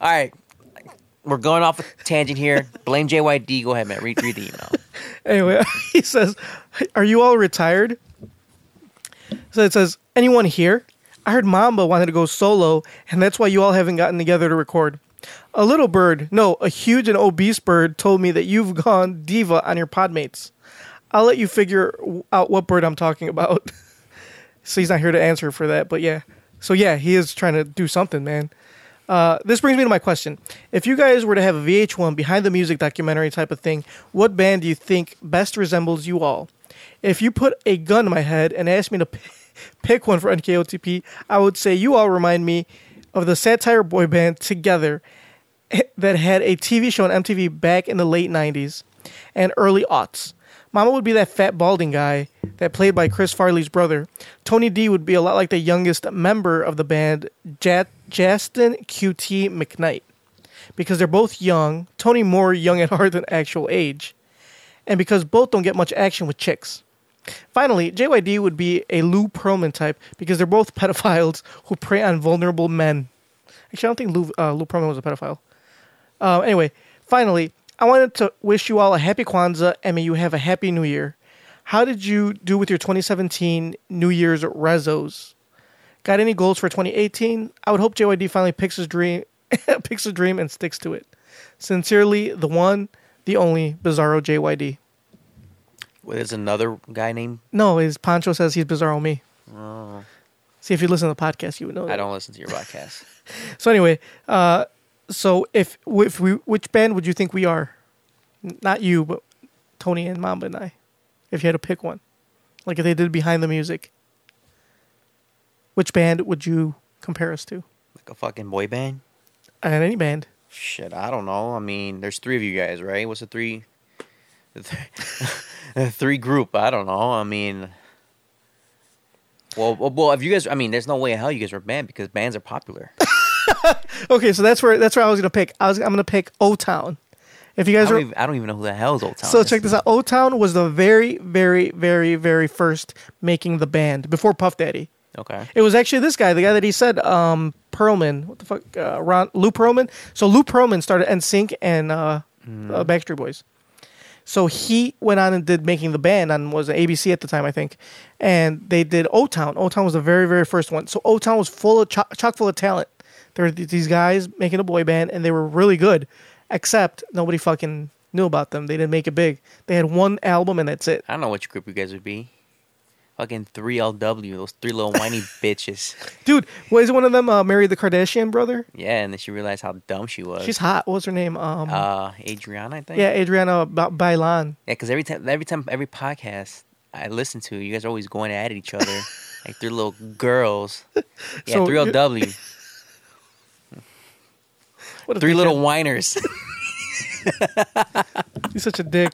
B: right. We're going off a tangent here. Blame JYD. Go ahead, man. Read, read the email.
A: Anyway, he says, "Are you all retired?" So it says, "Anyone here?" I heard Mamba wanted to go solo, and that's why you all haven't gotten together to record. A little bird, no, a huge and obese bird, told me that you've gone diva on your podmates. I'll let you figure w- out what bird I'm talking about. so he's not here to answer for that, but yeah. So yeah, he is trying to do something, man. Uh, this brings me to my question: If you guys were to have a VH1 behind the music documentary type of thing, what band do you think best resembles you all? If you put a gun to my head and asked me to p- pick one for NKOTP, I would say you all remind me of the satire boy band Together that had a TV show on MTV back in the late 90s and early aughts. Mama would be that fat balding guy that played by Chris Farley's brother. Tony D would be a lot like the youngest member of the band, ja- Justin QT McKnight, because they're both young, Tony more young at heart than actual age, and because both don't get much action with chicks. Finally, JYD would be a Lou Pearlman type because they're both pedophiles who prey on vulnerable men. Actually, I don't think Lou, uh, Lou Pearlman was a pedophile. Uh, anyway, finally, I wanted to wish you all a happy Kwanzaa and may you have a happy New Year. How did you do with your 2017 New Year's rezos? Got any goals for 2018? I would hope JYD finally picks his dream, picks his dream, and sticks to it. Sincerely, the one, the only Bizarro JYD.
B: Well, there's another guy named.
A: No, his Pancho says he's Bizarro me. See, if you listen to the podcast, you would know.
B: I
A: that.
B: don't listen to your podcast.
A: So anyway, uh, so if if we which band would you think we are? N- Not you, but Tony and Mamba and I. If you had to pick one, like if they did behind the music, which band would you compare us to?
B: like a fucking boy band.
A: And Uh, any band,
B: Shit, I don't know. I mean, there's three of you guys, right? What's the three? The th- the three group. I don't know. I mean, well, well, well, if you guys, I mean, there's no way in hell you guys were banned because bands are popular.
A: okay, so that's where that's where I was gonna pick. I was I'm gonna pick O Town. If you
B: I
A: guys
B: don't,
A: are
B: even, I don't even know who the hell is Old Town.
A: so
B: is.
A: check this out. O Town was the very very very very first making the band before Puff Daddy.
B: Okay.
A: It was actually this guy, the guy that he said, um, Perlman. What the fuck? Uh, Ron, Lou Perlman. So Lou Perlman started NSYNC and uh, uh, Backstreet Boys. So he went on and did making the band on was it ABC at the time, I think, and they did O Town. O Town was the very very first one. So O Town was full of chock, chock full of talent. There were th- these guys making a boy band, and they were really good, except nobody fucking knew about them. They didn't make it big. They had one album, and that's it.
B: I don't know which group you guys would be. Fucking three LW, those three little whiny bitches.
A: Dude, was one of them uh, married the Kardashian brother?
B: Yeah, and then she realized how dumb she was.
A: She's hot. What was her name? Um,
B: uh, Adriana, I think.
A: Yeah, Adriana Ba- Bailan.
B: Yeah, because every time, every time, every podcast I listen to, you guys are always going at each other like three little girls. Yeah,
A: So
B: three
A: you're-
B: LW,
A: What a
B: three
A: dickhead.
B: little whiners.
A: He's such a dick.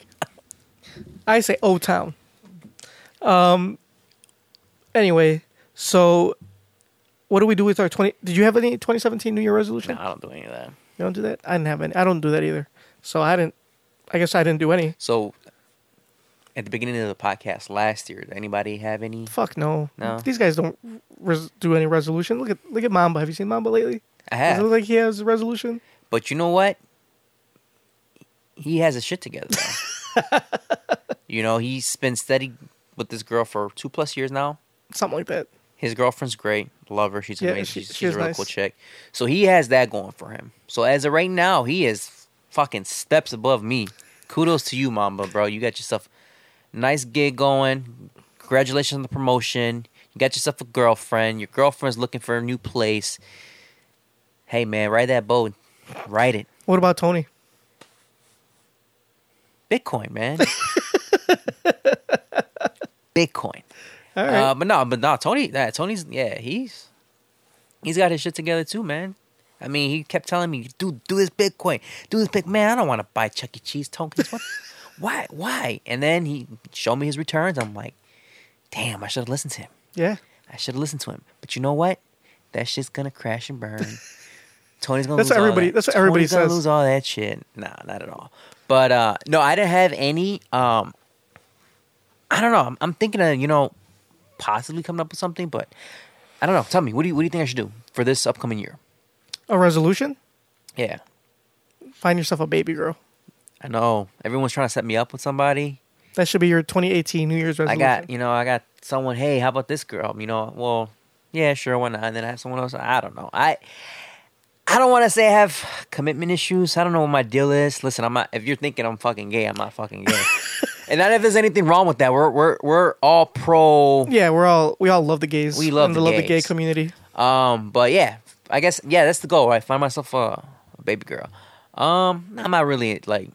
A: I say O Town. Um. Anyway, so what do we do with our twenty? Did you have any 2017 New Year
B: no,
A: resolution?
B: I don't do any of that.
A: You don't do that. I didn't have any. I don't do that either. So I didn't. I guess I didn't do any.
B: So, at the beginning of the podcast last year, did anybody have any?
A: Fuck no.
B: No.
A: These guys don't res- do any resolution. Look at look at Mamba. Have you seen Mamba lately?
B: I
A: Does it look
B: have,
A: like he has a resolution?
B: but you know what? He has his shit together. though. you know, he's been steady with this girl for two plus years now.
A: Something like that.
B: His girlfriend's great. Love her. She's
A: Yeah,
B: amazing.
A: she-
B: she's,
A: she
B: she's
A: is
B: a really
A: nice.
B: cool chick. So he has that going for him. So as of right now, he is fucking steps above me. Kudos to you, Mamba, bro. You got yourself a nice gig going. Congratulations on the promotion. You got yourself a girlfriend. Your girlfriend's looking for a new place. Hey, man, ride that boat. Ride it.
A: What about Tony?
B: Bitcoin, man. Bitcoin.
A: All right.
B: Uh, but no, but no, Tony, that Tony's yeah, he's he's got his shit together too, man. I mean, he kept telling me, "Do do this Bitcoin, do this Bitcoin." Man, I don't want to buy Chuck E. Cheese tokens. What? why? Why? And then he showed me his returns. I'm like, damn, I should have listened to him.
A: yeah.
B: I should have listened to him. But you know what? That shit's gonna crash and burn. Tony's gonna
A: That's what
B: lose
A: everybody-
B: all that.
A: that's what everybody
B: Tony's gonna
A: says.
B: lose all that shit. Nah, not at all. But uh no, I didn't have any. um I don't know. I'm, I'm thinking of you know possibly coming up with something, but I don't know. Tell me, what do you what do you think I should do for this upcoming year?
A: A resolution?
B: Yeah,
A: Find yourself a baby girl.
B: I know everyone's trying to set me up with somebody.
A: That should be your 2018 New Year's
B: I
A: resolution.
B: got you know I got someone. Hey, how about this girl? You know, well, yeah, sure, why not? And then I have someone else. I don't know. I I don't want to say I have commitment issues. I don't know what my deal is. Listen, I'm not. If you're thinking I'm fucking gay, I'm not fucking gay. and not if there's anything wrong with that. We're we're we're all pro.
A: Yeah, we're all we all love the gays.
B: We love
A: and
B: the
A: love the gay
B: gays.
A: community.
B: Um, but yeah, I guess yeah, that's the goal. Right, find myself a, a baby girl. Um, I'm not really like.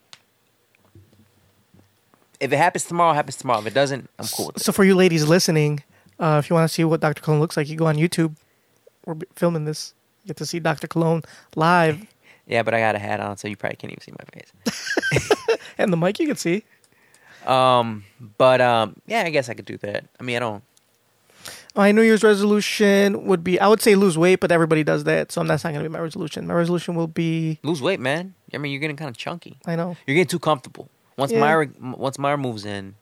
B: If it happens tomorrow, it happens tomorrow. If it doesn't, I'm cool with it.
A: So for you ladies listening, uh, if you want to see what Dr. Cologne looks like, you go on YouTube. We're b- filming this. You get to see Dr. Cologne live,
B: Yeah, but I got a hat on, so you probably can't even see my face.
A: and the mic you can see.
B: Um, but um, yeah, I guess I could do that. I mean, I don't.
A: My New Year's resolution would be I would say lose weight, but everybody does that, so that's not going to be my resolution. My resolution will be
B: lose weight, man. I mean, you're getting kind of chunky.
A: I know.
B: You're getting too comfortable. Once
A: Yeah.
B: Myra, m- once Myra moves in,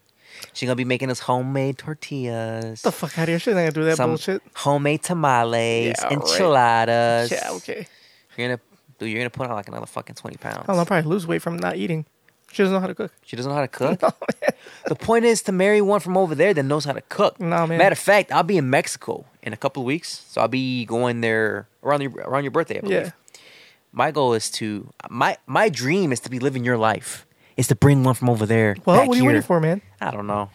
B: she's gonna be making us homemade tortillas,
A: Get the fuck out of here. She's not going to do that
B: some
A: bullshit.
B: homemade tamales,
A: Yeah, right.
B: enchiladas.
A: Yeah, okay.
B: You're gonna, dude, you're gonna put on like another fucking twenty pounds.
A: I'll probably lose weight from not eating. She doesn't know how to cook.
B: She doesn't know how to cook. the point is to marry one from over there that knows how to cook.
A: No, man.
B: Matter of fact, I'll be in Mexico in a couple of weeks, so I'll be going there around your, around your birthday. I believe.
A: Yeah.
B: My goal is to my my dream is to be living your life. Is to bring one from over there.
A: Well,
B: back
A: what are you
B: here.
A: waiting for, man?
B: I don't know.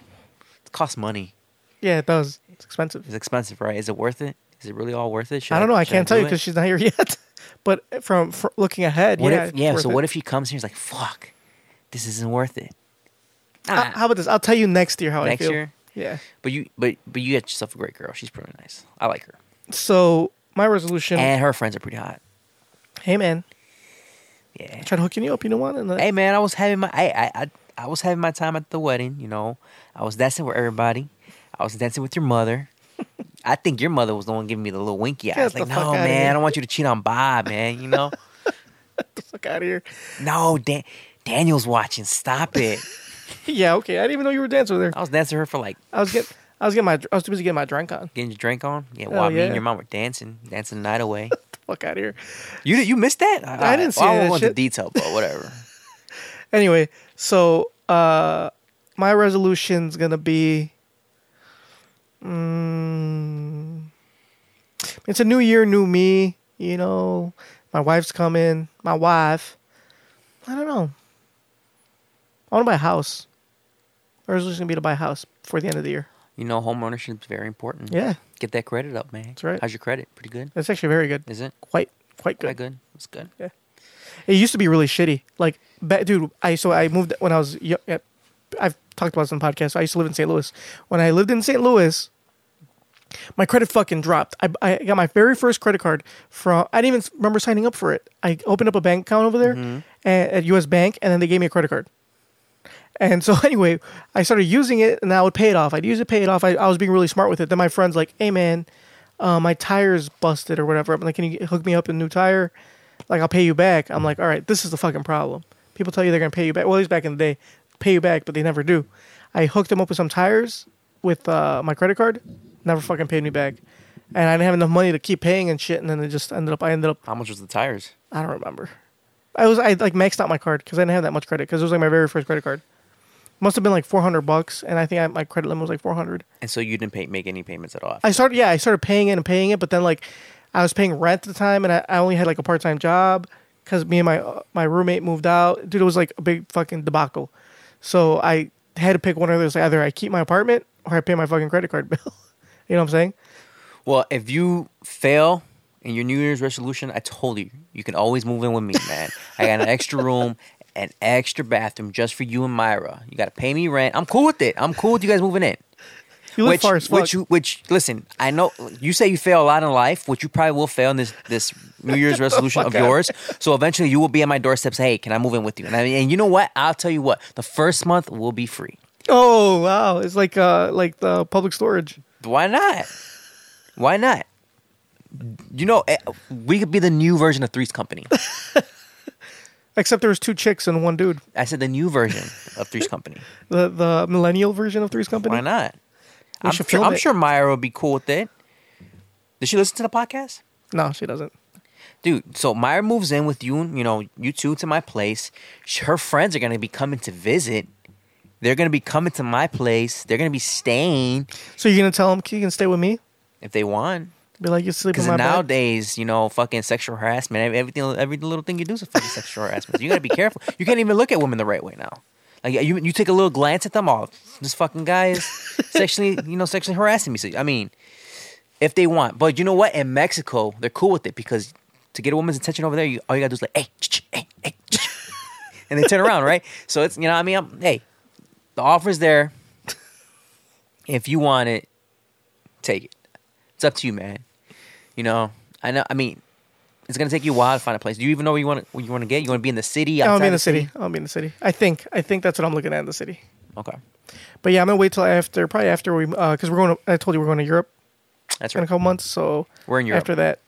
B: It costs money.
A: Yeah, it does. It's expensive.
B: It's expensive, right? Is it worth it? Is it really all worth it? Should
A: I don't know. I
B: should
A: can't tell
B: do
A: you
B: it?
A: because she's not here yet. But from, fr looking ahead,
B: What
A: yeah,
B: if,
A: it's
B: yeah.
A: worth
B: So
A: it.
B: what if he comes here? He's like, "Fuck, this isn't worth it."
A: How-
B: Ah.
A: how about this? I'll tell you next year how
B: Next
A: I feel.
B: year?
A: Yeah.
B: but you, but but you got yourself a great girl. She's pretty nice. I like her,
A: So my resolution.
B: and her friends are pretty hot.
A: hey man,
B: Yeah.
A: tried hooking you up. You know what? And uh,
B: Hey man, I was having my I I I, I was having my time at the wedding. You know, I was dancing with everybody. I was dancing with your mother. I think your mother was the one giving me the little winky eye. I was
A: the
B: like,
A: fuck
B: no,
A: outta
B: man,
A: here."
B: I don't want you to cheat on Bob, man. You know,
A: the fuck out of here.
B: no, Dan- Daniel's watching. Stop it.
A: yeah. Okay. I didn't even know you were dancing with
B: I
A: her.
B: was dancing with her for like
A: I was getting. I was getting my. I was too busy getting my drink on.
B: getting your drink on. Yeah,
A: Oh,
B: while me
A: yeah.
B: and your mom were dancing, dancing the night away.
A: The fuck out of here.
B: you you missed that?
A: I didn't see
B: well, I
A: that
B: won't go into
A: shit.
B: detail, but whatever.
A: Anyway, so uh, my resolution's gonna be. Mm, it's a new year, new me. You know, my wife's coming. My wife. I don't know. I want to buy a house. My resolution's gonna be to buy a house before the end of the year.
B: you know, home ownership is very important.
A: Yeah,
B: Get that credit up, man. That's
A: right.
B: How's your credit? Pretty good.
A: that's actually very good.
B: Is it?
A: Quite, quite
B: Quite
A: good.
B: good. It's good.
A: It used to be really shitty. Like, ba- dude, I so I moved when I was. yo- yeah, I've talked about this on the podcast. I used to live in St. Louis. When I lived in St. Louis, my credit fucking dropped. I, I got my very first credit card from. I didn't even remember signing up for it. I opened up a bank account over there at, at U.S. Bank, and then they gave me a credit card. And so anyway, I started using it, and I would pay it off. I'd use it, pay it off. I, I was being really smart with it. Then my friends like, "Hey man, uh, my tire's busted or whatever." I'm like, "Can you hook me up a new tire? Like I'll pay you back." I'm like, "All right, this is the fucking problem. People tell you they're gonna pay you back. Well, at least back in the day, pay you back, but they never do." I hooked them up with some tires with uh, my credit card. Never fucking paid me back, and I didn't have enough money to keep paying and shit. And then it just ended up. I ended up
B: How much was the tires?
A: I don't remember. I was I like maxed out my card because I didn't have that much credit because it was like my very first credit card. Must have been like four hundred bucks, and I think I, my credit limit was like four hundred.
B: And so you didn't pay, make any payments at all.
A: I started yeah I started paying it and paying it, but then like I was paying rent at the time, and I, I only had like a part time job because me and my uh, my roommate moved out. Dude, it was like a big fucking debacle. So I had to pick one or the other. It's like, either I keep my apartment or I pay my fucking credit card bill. you know what I'm saying?
B: well, if you fail in your New Year's resolution, I told you, you can always move in with me, man. I got an extra room, an extra bathroom just for you and Myra. You got to pay me rent. I'm cool with it. I'm cool with you guys moving in.
A: You live
B: which,
A: far as fuck.
B: which, you- which, listen, I know you say you fail a lot in life, which you probably will fail in this this New Year's resolution of
A: fuck out.
B: yours. So eventually, you will be at my doorstep. Say, hey, can I move in with you? And, I, and you know what? I'll tell you what. The first month will be free.
A: oh wow, it's like uh like the public storage.
B: Why not? Why not? You know, eh, we could be the new version of Three's Company.
A: Except there was two chicks and one dude.
B: I said the new version of Three's Company.
A: the the millennial version of Three's Company.
B: Why not?
A: We
B: I'm
A: should
B: sure,
A: film
B: I'm
A: it.
B: sure Myra would be cool with it. Did she listen to the podcast?
A: No, she doesn't.
B: Dude, so Myra moves in with you, you know, you two to my place. Sh- Her friends are going to be coming to visit. They're going to be coming to my place. They're going to be staying
A: So you're gonna tell him you can stay with me?
B: if they want.
A: Be like you sleep in
B: Because
A: my bed.
B: nowadays, you know, fucking sexual harassment, ev- everything, every little thing you do is a fucking sexual harassment. You gotta be careful. You can't even look at women the right way now. Like you, you take a little glance at them. Oh, this fucking guy is sexually, you know, sexually harassing me. So I mean, if they want. But you know what? In Mexico, they're cool with it because to get a woman's attention over there, you, all you gotta do is like, hey, ch-ch, hey, hey, ch-ch," and they turn around, right? So it's you know, what I mean, I'm, hey, the offer's there. If you want it, take it. It's up to you, man. You know, I know. I mean, it's gonna take you a while to find a place. Do you even know where you want what you want to get? You want to be in the city?
A: I'll
B: outside
A: be in the city. I'll be in the city. I think. I think that's what I'm looking at in the city.
B: Okay,
A: But yeah, I'm gonna wait till after, probably after we, because we're going. To, I told you we're going to Europe
B: that's
A: in a
B: right.
A: couple months. So
B: We're in Europe.
A: After that,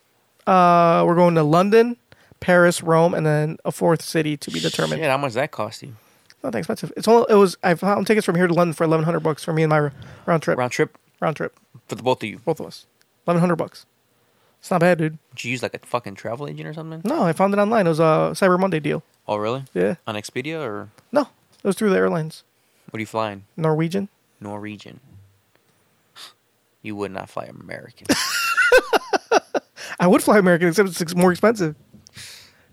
A: uh, we're going to London, Paris, Rome, and then a fourth city to be determined.
B: Shit, how much does that cost you?
A: Not that expensive. It's only it was. I found tickets from here to London for 1,100 bucks for me and my r- round trip.
B: Round trip
A: round trip,
B: for the both of you.
A: both of us. 1,100 bucks. It's not bad, dude.
B: Did you use like a fucking travel agent or something?
A: No, I found it online. It was a Cyber Monday deal.
B: Oh, really?
A: Yeah.
B: On Expedia or
A: No, it was through the airlines.
B: what are you flying?
A: Norwegian.
B: Norwegian. You would not fly American.
A: I would fly American, except it's ex- more expensive.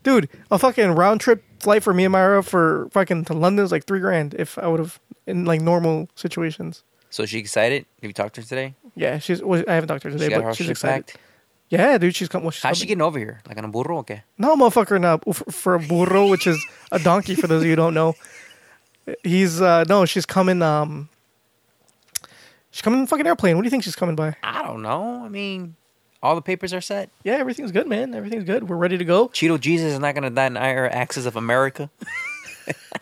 A: Dude, a fucking round trip flight for me and Myra for fucking to London is like three grand if I would have in like normal situations.
B: so is she excited? Have you talked to her today?
A: Yeah, she's. Well, I haven't talked to her
B: She
A: today,
B: got her
A: but she's
B: shit
A: excited.
B: packed.
A: Yeah, dude, she's coming. Well, she's
B: How's she
A: coming.
B: getting over here? Like on a burro? Okay.
A: No, motherfucker, no. For, for a burro, which is a donkey, for those of you who don't know, he's uh no, she's coming. Um, she's coming in a fucking airplane. What do you think she's coming by?
B: I don't know. I mean, all the papers are set.
A: Yeah, everything's good, man. Everything's good. We're ready to go.
B: Cheeto Jesus is not going to deny her access of America.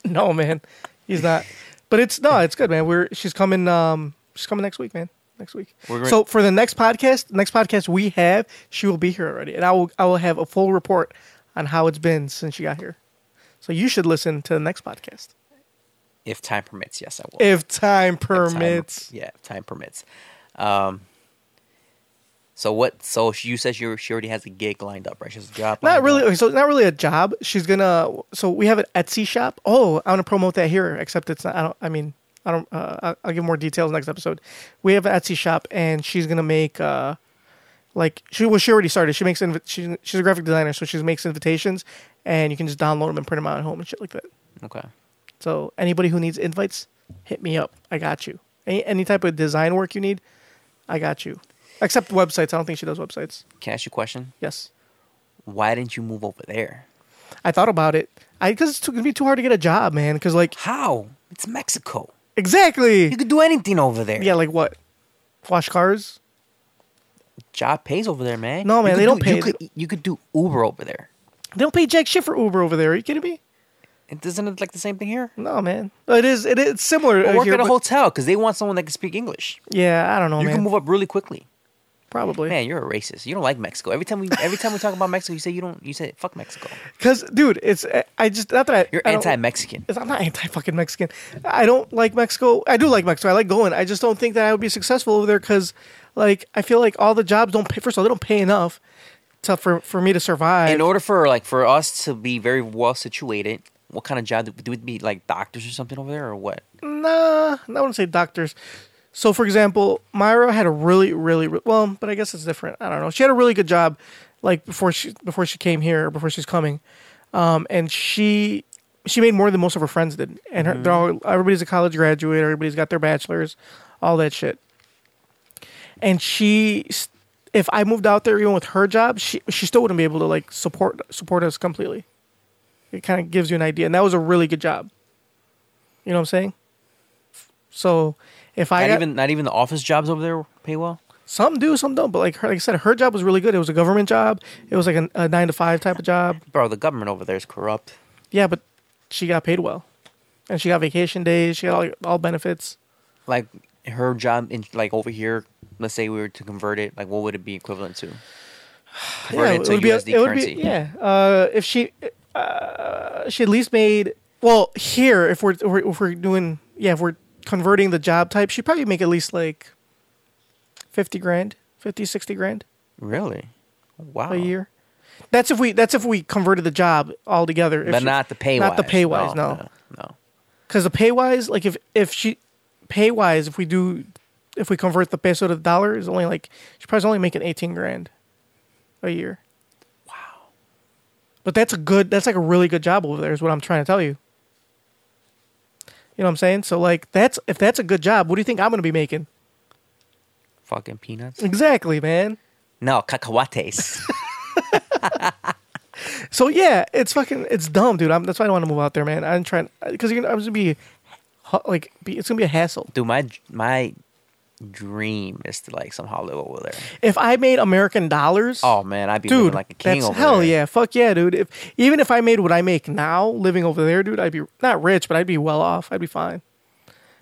A: No, man, he's not. But it's no, it's good, man. We're she's coming. Um, she's coming next week, man. Next week.
B: We're great.
A: So for the next podcast, next podcast we have, she will be here already, and I will I will have a full report on how it's been since she got here. So you should listen to the next podcast
B: If time permits, yes, I will.
A: if time
B: If time-
A: permits.
B: yeah, if time permits. Um. So what? So you said she she already has a gig lined up, right? She has a job.
A: Not
B: lined
A: really.
B: up.
A: Okay, so it's not really a job. She's gonna. So we have an Etsy shop. Oh, I want to promote that here. Except it's not. I don't. I mean, I don't. Uh, I'll, I'll give more details next episode. We have an Etsy shop, and she's gonna make. uh Like she well, she already started. She makes. Invi- she's she's a graphic designer, so she makes invitations, and you can just download them and print them out at home and shit like that.
B: Okay.
A: So anybody who needs invites, hit me up. I got you. Any any type of design work you need, I got you. Except websites. I don't think she does websites.
B: Can I ask you a question?
A: Yes.
B: Why didn't you move over there?
A: I thought about it. I because it's too, gonna be too hard to get a job, man. Because like
B: How? It's Mexico. You
A: exactly,
B: could do anything over there.
A: yeah, like what? Wash cars?
B: Job pays over there, man.
A: No,
B: You
A: man,
B: could
A: they don't
B: do-
A: pay.
B: You could, you could do Uber over there.
A: They don't pay jack shit for Uber over there. Are you kidding me?
B: It isn't it like the same thing here?
A: No, man. It is. It is it's similar.
B: Or
A: uh,
B: work
A: here,
B: at a
A: but-
B: hotel because they want someone that can speak English.
A: Yeah, I don't know,
B: you
A: man.
B: can move up really quickly.
A: Probably
B: Man, you're a racist. You don't like Mexico. Every time we every time we talk about Mexico, you say you don't. You say fuck Mexico.
A: because, dude, it's eh, I just not that I,
B: You're
A: I don't-
B: anti-Mexican.
A: It's- I'm not anti fucking Mexican. I don't like Mexico. I do like Mexico. I like going. I just don't think that I would be successful over there because, like, I feel like all the jobs don't pay. First of all, they don't pay enough to for for me to survive.
B: In order for like for us to be very well situated, what kind of job do, do we be like doctors or something over there or what?
A: Nah, I wouldn't say doctors. So, for example, Myra had a really, really, re- well, but I guess it's different. I don't know. She had a really good job, like before she before she came here, or before she's coming, um, and she she made more than most of her friends did. And her, they're all everybody's a college graduate, everybody's got their bachelors, all that shit. And she, s- if I moved out there even with her job, she she still wouldn't be able to like support support us completely. It kind of gives you an idea, and that was a really good job. You know what I'm saying? So if I
B: Not
A: got,
B: even not even the office jobs over there pay well.
A: some do, some don't. But like her, like I said, her job was really good. It was a government job. It was like a, a nine to five type of job.
B: Bro, the government over there is corrupt.
A: Yeah, but she got paid well, and she got vacation days. She got all all benefits.
B: Like her job in like over here. Let's say we were to convert it. Like what would it be equivalent to? Convert it to
A: be,
B: USD
A: it would
B: currency.
A: Be, yeah, uh, if she uh, she at least made well here if we're, if we're if we're doing yeah if we're converting the job type she'd probably make at least like fifty grand, 50, 60 grand
B: Really? Wow.
A: a year. That's if we that's if we converted the job altogether. If
B: But
A: she-
B: not the pay.
A: Not the
B: wise. Oh,
A: pay wise.
B: No.
A: no.
B: no, no.
A: Because the pay wise, like if if she pay wise, if we do if we convert the peso to the dollar, is only like she probably only making eighteen grand a year. Wow. But that's a good. That's like a really good job over there. Is what I'm trying to tell you. You know what I'm saying? So like that's if that's a good job, what do you think I'm going to be making?
B: fucking peanuts.
A: Exactly, man.
B: No, cacahuates.
A: So yeah, it's fucking it's dumb, dude. I'm, that's why I don't want to move out there, man. I'm trying because you're gonna, I'm just gonna be ha- like be, it's gonna be a hassle.
B: Dude, my my dream is to like somehow live over there.
A: If I made American dollars,
B: Oh man, I'd be living
A: dude,
B: like a king
A: that's
B: over
A: hell
B: there.
A: yeah, fuck yeah, dude. If even if I made what I make now living over there, dude, I'd be not rich, but I'd be well off. I'd be fine.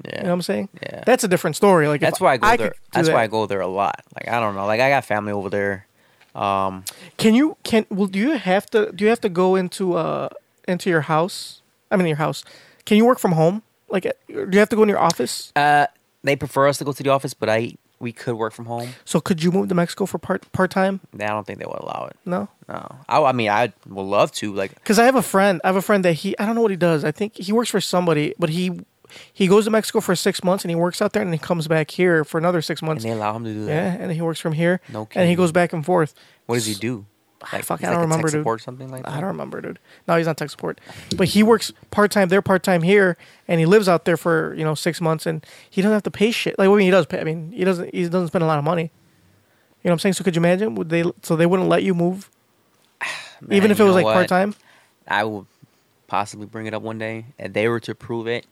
B: yeah.
A: You know what I'm saying?
B: Yeah.
A: That's a different story. Like if
B: That's why I go
A: could
B: there.
A: do
B: That's
A: that.
B: why I go there a lot. Like I don't know. Like I got family over there. Um,
A: Can you can well do you have to do you have to go into uh into your house? I mean your house. Can you work from home? Like uh, do you have to go in your office?
B: uh, they prefer us to go to the office, but I we could work from home.
A: So could you move to Mexico for part part time?
B: I don't think they would allow it.
A: No.
B: No, I, I mean I would love to. Like
A: Cuz I have a friend, I have a friend that he I don't know what he does. I think he works for somebody, but he he goes to Mexico for 6 months and he works out there and he comes back here for another 6
B: and
A: months.
B: they allow him to do that.
A: yeah, and he works from here
B: No
A: and he
B: kidding.
A: goes back and forth.
B: What does he do? Like,
A: fuck,
B: he's
A: I don't
B: like a
A: remember,
B: tech
A: dude.
B: support or something like that.
A: I don't remember, dude. No, he's not tech support, but he works part time there, part time here, and he lives out there for you know six months, and he doesn't have to pay shit. Like, I mean, he does pay. I mean, he doesn't. He doesn't spend a lot of money. You know what I'm saying? So could you imagine? Would they? So they wouldn't let you move,
B: Man,
A: even if it
B: you
A: was
B: know
A: like
B: what?
A: part time.
B: I would possibly bring it up one day, and they were to prove it.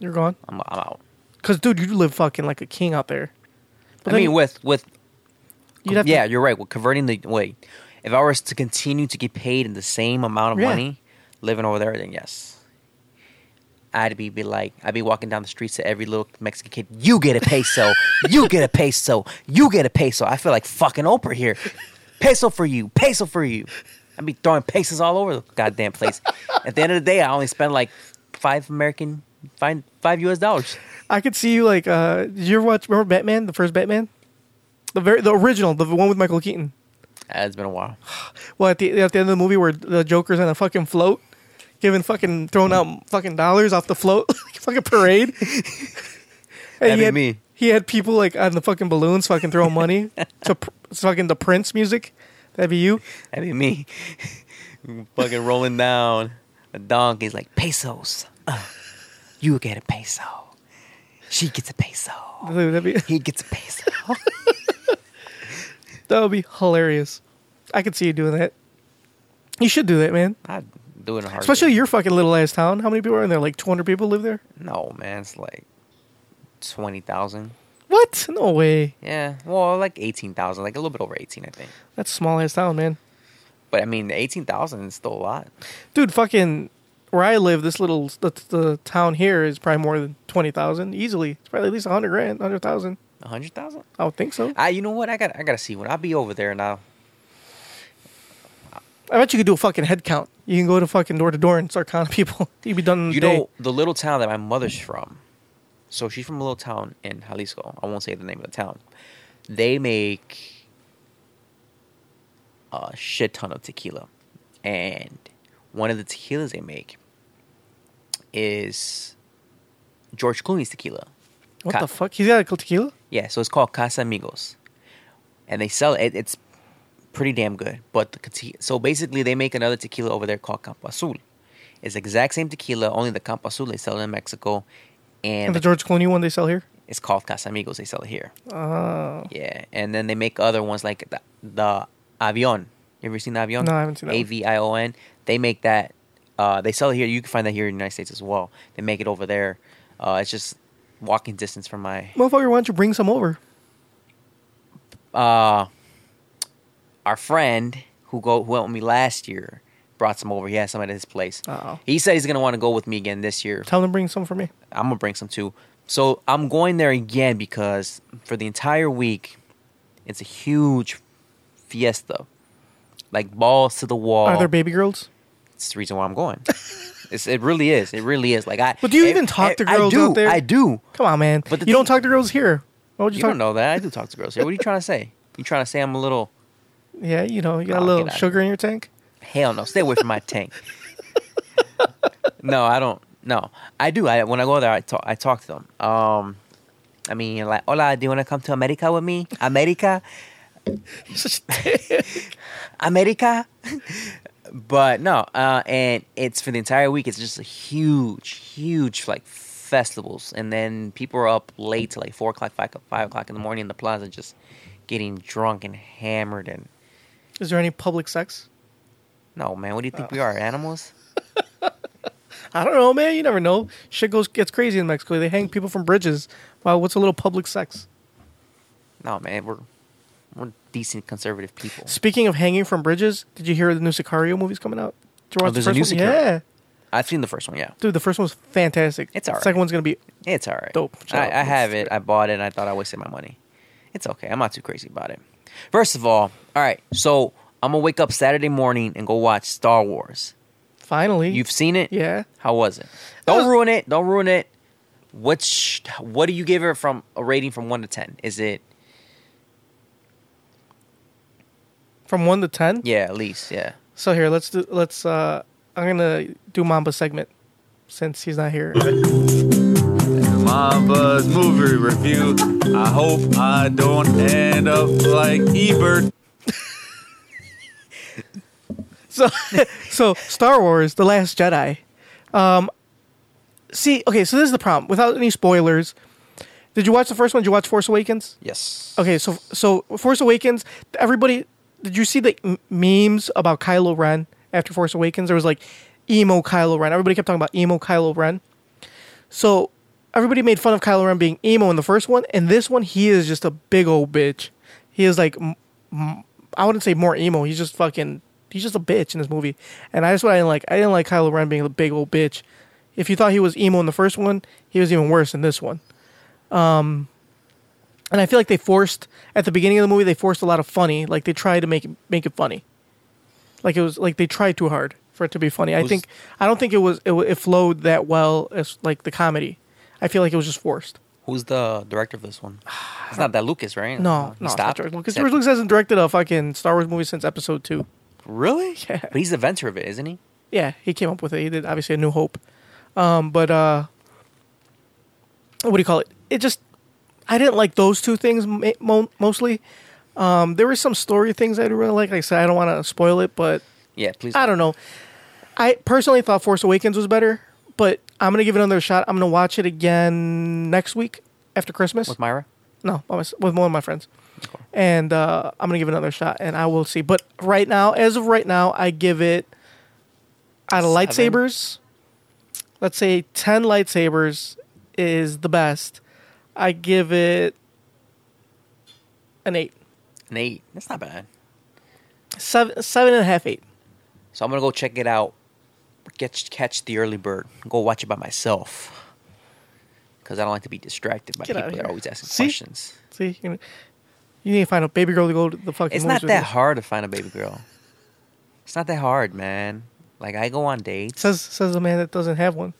A: You're gone.
B: I'm, I'm out.
A: Cause, dude, you live fucking like a king out there. But
B: I
A: then
B: mean, with with
A: you'd have
B: yeah,
A: to,
B: you're right. Well, converting the wait, if I was to continue to get paid in the same amount of
A: Yeah.
B: money living over there, then yes, I'd be, be like I'd be walking down the streets to every little Mexican kid. You get a peso. you get a peso. You get a peso. I feel like fucking Oprah here. Peso for you. Peso for you. I'd be throwing pesos all over the goddamn place. At the end of the day, I only spend like five American five five U.S. dollars.
A: I could see you like. uh Did you ever watch? Remember Batman, the first Batman, the very the original, the one with Michael Keaton.
B: Uh, It's been a while.
A: Well, at the at the end of the movie where the Joker's on a fucking float, giving fucking throwing out fucking dollars off the float, like a fucking parade. and
B: That'd
A: he
B: be
A: had,
B: me.
A: He had people like on the fucking balloons fucking throwing money to pr- fucking the Prince music. That'd be you.
B: I mean, me fucking rolling down a donkey's like pesos. Uh, you get a peso. She gets a peso.
A: Dude, That'd be
B: He gets a peso.
A: that would be hilarious. I could see you doing that. You should do that, man.
B: Not doing a hard.
A: Especially your fucking little ass town. How many people are in there? Like 200 people live there?
B: no man. It's like twenty thousand.
A: What? No way.
B: Yeah, well, like eighteen thousand, like a little bit over eighteen, I think.
A: That's a small ass town, man.
B: But I mean, eighteen thousand is still a lot.
A: dude fucking where i live this little the, the town here is probably more than 20000 easily it's probably at least 100 grand 100000
B: A hundred thousand.
A: i would think so
B: I, you know what? I got, I gotta see when I'll be over there now.
A: i bet you could do a fucking head count you can go to fucking door to door and start counting people you'd be done in a
B: You
A: day.
B: know the little town that my mother's from. So she's from a little town in Jalisco. I won't say the name of the town. They make a shit ton of tequila, and one of the tequilas they make is George Clooney's tequila.
A: what
B: Ca-
A: the fuck he's got a tequila
B: Yeah, so it's called Casa Amigos, and they sell it. It's pretty damn good. But the tequila, so basically they make another tequila over there called Campo Azul. It's the exact same tequila, only the Campo Azul they sell in Mexico, and
A: and the george clooney one they sell here
B: it's called Casa Amigos. They sell it here.
A: oh
B: Yeah, and then they make other ones like the, the Avion. You ever seen the Avion?
A: No, I haven't seen that one.
B: A V I O N. They make that. Uh, they sell it here. You can find that here in the United States as well. They make it over there. Uh, it's just walking distance from my
A: motherfucker why don't you bring some over
B: uh, our friend who go who helped me last year brought some over. He had some at his place.
A: Uh-oh.
B: He said he's gonna want to go with me again this year.
A: tell them to bring some for me
B: I'm gonna bring some too. So I'm going there again because for the entire week, it's a huge fiesta, like balls to the wall.
A: are there baby girls
B: It's the reason why I'm going. it's, it really is. It really is. Like I.
A: But do you
B: I-
A: even talk
B: I-
A: to girls
B: I do,
A: out there?
B: I do.
A: come on man
B: But the
A: you don't
B: thing-
A: talk to girls here why would you,
B: You
A: talk
B: don't know that. I do talk to girls. here. What are you trying to say? You trying to say I'm a little?
A: yeah you know you got
B: Nah,
A: a
B: get
A: little
B: outta
A: sugar in your tank
B: Hell no. Stay away from my tank. no, I don't. No, I do. I when I go there, I talk. I talk to them. Um, I mean, like, hola, do you want to come to America with me? America,
A: Such a dick.
B: America. but no, uh, and it's for the entire week. It's just a huge, huge like festivals, and then people are up late to like four o'clock, five, o'clock- five o'clock in the morning in the plaza, just getting drunk and hammered. And
A: Is there any public sex?
B: no, man, what do you think we are, animals?
A: I don't know, man. You never know. Shit goes gets crazy in Mexico. They hang people from bridges. Wow, what's a little public sex?
B: No, man, we're we're decent conservative people.
A: Speaking of hanging from bridges, did you hear the new Sicario movie's coming out? Did you watch
B: Oh, there's
A: the
B: a new
A: first one?
B: Sicario.
A: Yeah,
B: I've seen the first one, yeah,
A: dude, the first one was fantastic.
B: It's all right.
A: Second one's gonna be
B: it's all right.
A: Dope.
B: I,
A: Shout out.
B: I have it. I bought it. and I thought I wasted my money. It's okay. I'm not too crazy about it. First of all, all right. So I'm gonna wake up Saturday morning and go watch Star Wars.
A: finally.
B: You've seen it?
A: yeah,
B: How was it?
A: That
B: Don't
A: was-
B: ruin it. Don't ruin it. What's what do you give it from a rating from one to ten? Is it
A: from one to ten.
B: yeah at least yeah?
A: So here, let's do. Let's. uh I'm gonna do Mamba segment since he's not here.
C: Mamba's movie review. I hope I don't end up like Ebert.
A: So, so Star Wars: The Last Jedi. Um, see, okay, so this is the problem. Without any spoilers, did you watch the first one? Did you watch Force Awakens?
B: Yes.
A: Okay, so so Force Awakens, everybody, did you see the m- memes about Kylo Ren after Force Awakens? There was like emo Kylo Ren. Everybody kept talking about emo Kylo Ren. So everybody made fun of Kylo Ren being emo in the first one, and this one he is just a big old bitch. He is like, m- m- I wouldn't say more emo. He's just fucking. He's just a bitch in this movie, and I just what I didn't like. I didn't like Kylo Ren being a big old bitch. If you thought he was emo in the first one, he was even worse in this one. And I feel like they forced at the beginning of the movie they forced a lot of funny. Like they tried to make it make it funny. Like it was like they tried too hard for it to be funny. I
B: Was-
A: think I don't think it was it, wa- it flowed that well as like the comedy. I feel like it was just forced.
B: Who's the director of this one? It's not that Lucas, right?
A: No,
B: He
A: no,
B: stopped?
A: George Lucas.
B: Said-
A: George Lucas hasn't directed a fucking Star Wars movie since Episode Two.
B: Really?
A: Yeah.
B: But he's the inventor of it, isn't he?
A: Yeah, he came up with it. He did obviously a New Hope, um, but uh, what do you call it? It just I didn't like those two things ma- mo- mostly. Um, there were some story things I didn't really like. Like I said, I don't want to spoil it, but
B: Yeah. Please.
A: I don't know. I personally thought Force Awakens was better, but I'm gonna give it another shot. I'm gonna watch it again next week after Christmas.
B: With Myra.
A: No, by mys- with one of my friends. And uh, I'm gonna give it another shot, and I will see. But right now, as of right now, I give it out of
B: Seven.
A: lightsabers. Let's say ten lightsabers is the best. I give it an eight,
B: An eight. That's not bad.
A: seven, seven and a half, eight.
B: So I'm gonna go check it out. Catch catch the early bird. Go watch it by myself. Because I don't like to be distracted by
A: Get outta
B: people that are
A: here.
B: always asking
A: See?
B: questions.
A: See, you, know, you need to find a baby girl to go to the fucking.
B: It's
A: movies
B: not
A: with
B: that
A: you.
B: hard to find a baby girl. It's not that hard, man. Like I go on dates.
A: Says says the man that doesn't have one.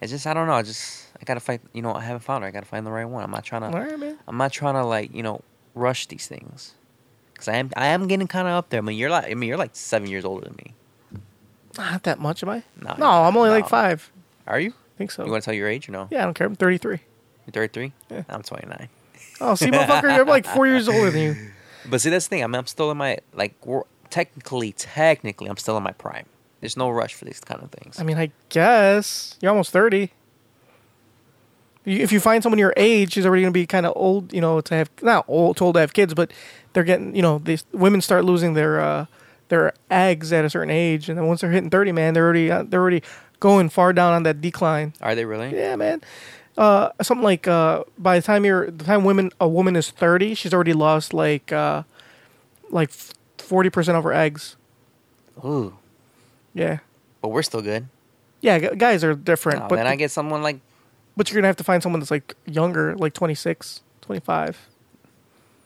B: It's just I don't know. I just I gotta find. You know, I haven't found her. I gotta find the right one. I'm not trying
A: All
B: to.
A: right, man.
B: I'm not trying to like you know rush these things. Cause I am I am getting kind of up there. I mean, you're like I mean you're like seven years older than me.
A: Not that much, am I?
B: No,
A: no, I'm only like
B: no.
A: five.
B: Are you?
A: I think so.
B: You want to tell your age or no?
A: Yeah, I don't care. I'm 33.
B: You're 33.
A: Yeah.
B: I'm 29.
A: Oh, see, motherfucker, you're like four years older than you.
B: But see, that's the thing. I mean, I'm still in my like we're, technically, technically, I'm still in my prime. There's no rush for these kind of things.
A: I mean, I guess you're almost 30. You- If you find someone your age, she's already going to be kind of old, you know, to have not old, told to have kids, but they're getting, you know, these women start losing their uh, their eggs at a certain age, and then once they're hitting 30, man, they're already uh, they're already going far down on that decline.
B: Are they really?
A: Yeah, man. Uh, something like uh, by the time you're the time women a woman is thirty, she's already lost like uh, like forty percent of her eggs.
B: Ooh,
A: Yeah,
B: but we're still good.
A: yeah. gu- Guys are different,
B: Oh,
A: but
B: then I get someone like
A: but you're gonna have to find someone that's like younger, like 26, 25.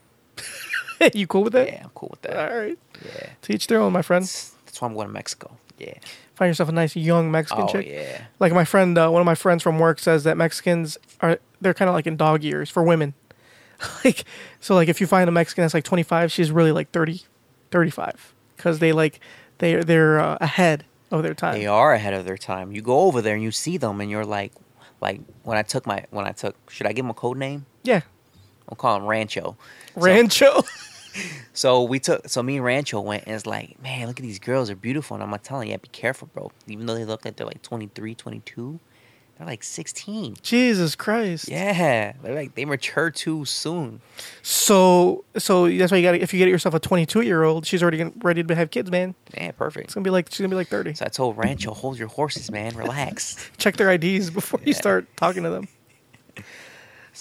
A: you cool with that?
B: yeah, I'm cool with that.
A: All right.
B: Yeah,
A: To each their own, my friend.
B: that's, that's why I'm going to Mexico. Yeah.
A: Find yourself a nice young Mexican
B: Oh
A: chick.
B: yeah.
A: Like my friend, uh, one of my friends from work says that Mexicans are they're kind of like in dog years for women. like so, like if you find a Mexican that's like 25, she's really like 30, 35 because they like they they're uh, ahead of their time.
B: They are ahead of their time. You go over there and you see them, and you're like, like when I took my when I took should I give him a code name?
A: Yeah,
B: I'll call him Rancho. So-
A: Rancho.
B: So we took, so me and Rancho went, and it's like, man, look at these girls, they're beautiful. And I'm like telling you, yeah, be careful, bro. Even though they look like they're like 23, 22, They're like 16.
A: Jesus Christ.
B: Yeah, they're like they mature too soon.
A: So so that's why you got to if you get yourself a 22 year old, she's already gonna, ready to have kids, man.
B: Yeah, perfect.
A: It's gonna be like she's gonna be like 30.
B: So I told Rancho, hold your horses, man. Relax.
A: Check their IDs before you start talking to them.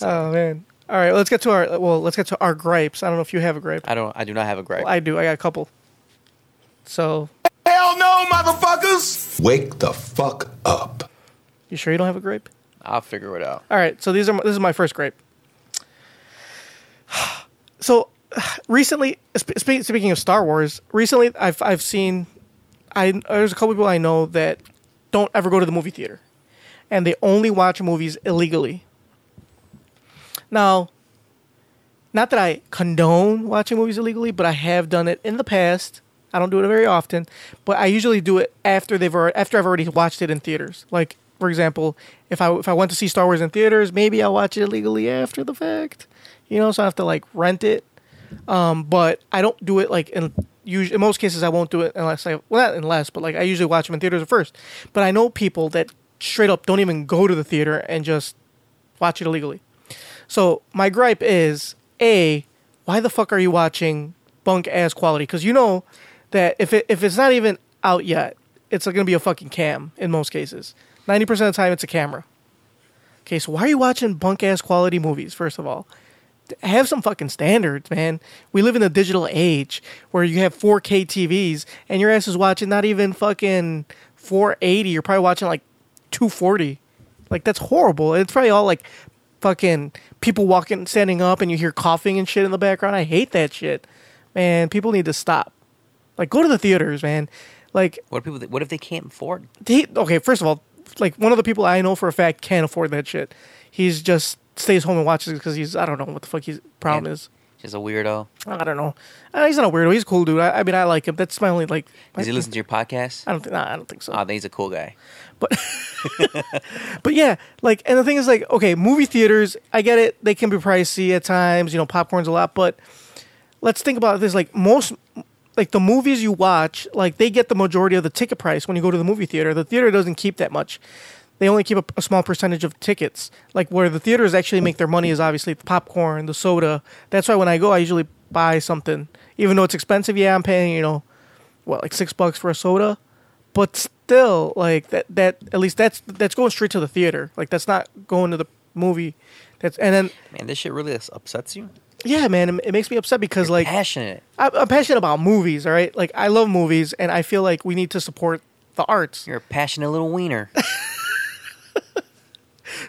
A: Oh man. All right, let's get to our well. Let's get to our gripes. I don't know if you have a gripe.
B: I don't. I do not have a gripe.
A: I do. I got a couple. So
D: Hell no, motherfuckers!
E: Wake the fuck up.
A: you sure you don't have a gripe?
B: I'll figure it out.
A: All right, so these are my, this is my first gripe. So recently, sp- spe- speaking of Star Wars, recently I've I've seen, I there's a couple people I know that don't ever go to the movie theater, and they only watch movies illegally. Now, not that I condone watching movies illegally, but I have done it in the past. I don't do it very often, but I usually do it after they've already, after I've already watched it in theaters. Like for example, if I if I went to see Star Wars in theaters, maybe I'll watch it illegally after the fact. You know, so I have to like rent it. Um, but I don't do it like in usually in most cases I won't do it unless I well not unless but like I usually watch them in theaters first. But I know people that straight up don't even go to the theater and just watch it illegally. So my gripe is a why the fuck are you watching bunk ass quality? Because you know that if it, if it's not even out yet, it's gonna be a fucking cam in most cases. Ninety percent of the time, it's a camera. Okay, so why are you watching bunk ass quality movies? First of all, have some fucking standards, man. We live in the digital age where you have 4K TVs and your ass is watching not even fucking 480. You're probably watching like 240. Like that's horrible. It's probably all like fucking people walking, standing up, and you hear coughing and shit in the background. I hate that shit, man. People need to stop. Like go to the theaters, man. Like
B: What if people? What if they can't afford?
A: he okay first of all like one of the people i know for a fact can't afford that shit he's just stays home and watches it because he's i don't know what the fuck his problem
B: Yeah.
A: is
B: Just a weirdo.
A: i don't know Uh, he's not a weirdo he's a cool dude I, I mean i like him that's my only like
B: Does he listen to your podcast?
A: i don't think nah, i don't think so
B: Oh, then he's a cool guy.
A: but but yeah like and the thing is like okay movie theaters i get it they can be pricey at times you know popcorn's a lot but let's think about this like most like the movies you watch like they get the majority of the ticket price when you go to the movie theater the theater doesn't keep that much they only keep a, a small percentage of tickets like where the theaters actually make their money is obviously the popcorn the soda that's why when i go i usually buy something even though it's expensive yeah i'm paying you know what like six bucks for a soda but still like that that at least that's that's going straight to the theater like that's not going to the movie that's and then
B: Man, this shit really upsets you.
A: yeah man it, it makes me upset because like
B: Passionate.
A: I'm, I'm passionate about movies, all right? Like, I love movies, and I feel like we need to support the arts.
B: You're a passionate little wiener.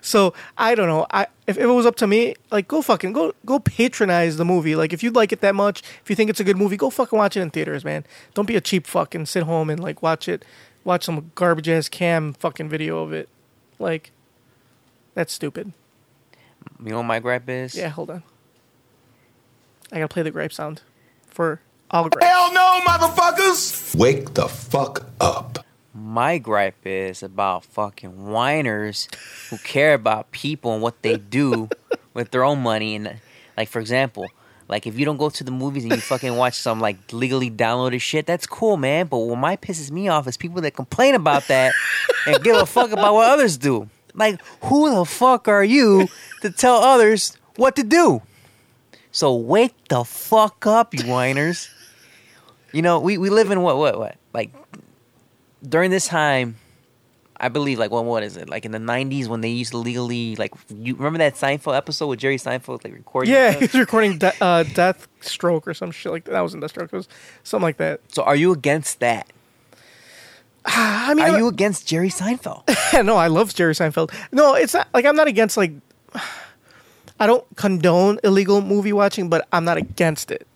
A: So I don't know. I if, if it was up to me, like, go fucking go go patronize the movie. Like, if you like it that much, if you think it's a good movie, go fucking watch it in theaters, man. Don't be a cheap fuck and sit home and like watch it, watch some garbage ass cam fucking video of it. Like, that's stupid.
B: You know what my gripe is?
A: Yeah, hold on. I gotta play the gripe sound for all gripes.
D: Hell no, motherfuckers!
E: Wake the fuck up.
B: My gripe is about fucking whiners who care about people and what they do with their own money. And like, for example, like if you don't go to the movies and you fucking watch some like legally downloaded shit, that's cool, man. But what my pisses me off is people that complain about that and give a fuck about what others do. Like, who the fuck are you to tell others what to do? So wake the fuck up, you whiners. You know, we, we live in what, what, what? Like, during this time, I believe, like, when, what is it? Like, in the 90s when they used to legally, like, you remember that Seinfeld episode with Jerry Seinfeld, like, recording?
A: Yeah,
B: stuff?
A: he was recording de- uh, Death Stroke or some shit like that. That wasn't Death Stroke. It was something like that.
B: So are you against that?
A: I mean,
B: Are you against Jerry Seinfeld?
A: no, I love Jerry Seinfeld. No, it's not like I'm not against like I don't condone illegal movie watching, but I'm not against it.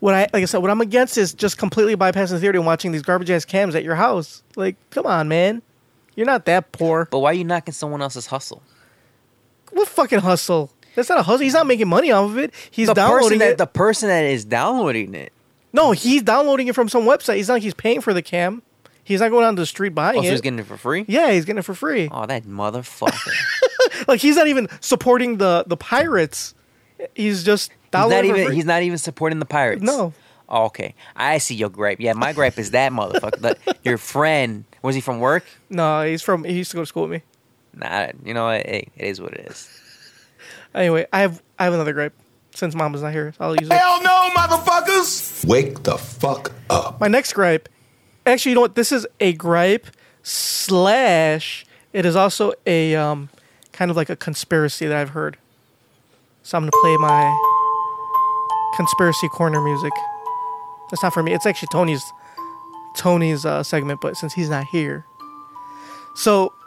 A: What I like I said, what I'm against is just completely bypassing the theater and watching these garbage ass cams at your house. Like, come on, man, you're not that poor.
B: but why are you knocking someone else's hustle?
A: What fucking hustle? That's not a hustle. He's not making money off of it. He's
B: The person,
A: downloading
B: that,
A: it.
B: the person that is downloading it.
A: no, he's downloading it from some website. He's not. He's paying for the cam. He's not going out to the street buying
B: Oh, so
A: it.
B: he's getting it for free?
A: Yeah, he's getting it for free.
B: Oh, that motherfucker.
A: Like he's not even supporting the the pirates. He's just
B: he's not
A: downloading for
B: even
A: free.
B: he's not even supporting the pirates.
A: No.
B: Oh, okay. I see your gripe. Yeah, my gripe is that motherfucker. But your friend was he from work?
A: no, he's from he used to go to school with me.
B: nah, you know, what? hey, it is what it is.
A: Anyway, I have I have another gripe. Since Mama's not here, I'll use it.
D: Hell no, motherfuckers!
E: Wake the fuck up.
A: My next gripe, actually, you know what? This is a gripe slash. It is also a um, kind of like a conspiracy that I've heard. So I'm gonna play my conspiracy corner music. That's not for me. It's actually Tony's Tony's uh, segment, but since he's not here, so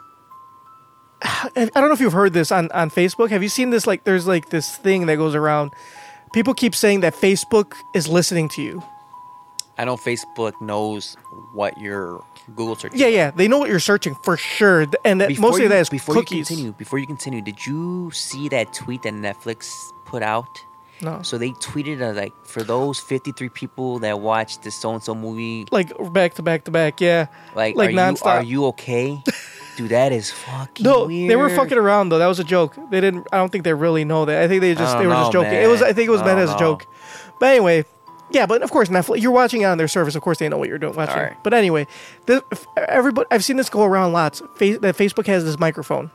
A: I I don't know if you've heard this on on Facebook. Have you seen this? Like, there's like this thing that goes around. People keep saying that Facebook is listening to you.
B: I know Facebook knows what your Google search.
A: Yeah, yeah. They know what you're searching for sure. th- And that,
B: Before
A: mostly
B: you,
A: that is
B: before you
A: cookies.
B: continue, before you continue, did you see that tweet that Netflix put out?
A: No.
B: So they tweeted uh, like for those 53 people that watched this so and so movie,
A: Like back to back to back, yeah.
B: like,
A: like
B: are
A: nonstop.
B: you are you okay? Dude, that is fucking
A: no,
B: weird.
A: they were fucking around though. That was a joke. They didn't. I don't think they really know that. I think they just
B: don't
A: they were just
B: know,
A: joking. It was. I think it was
B: Oh, man. Oh,
A: meant
B: I
A: as
B: don't
A: a
B: know.
A: joke. But anyway, yeah. But of course, Netflix. You're watching it on their service. Of course, they know what you're doing. Watching.
B: All right.
A: But anyway, this, f- everybody. I've seen this go around lots. Face, that Facebook has this microphone,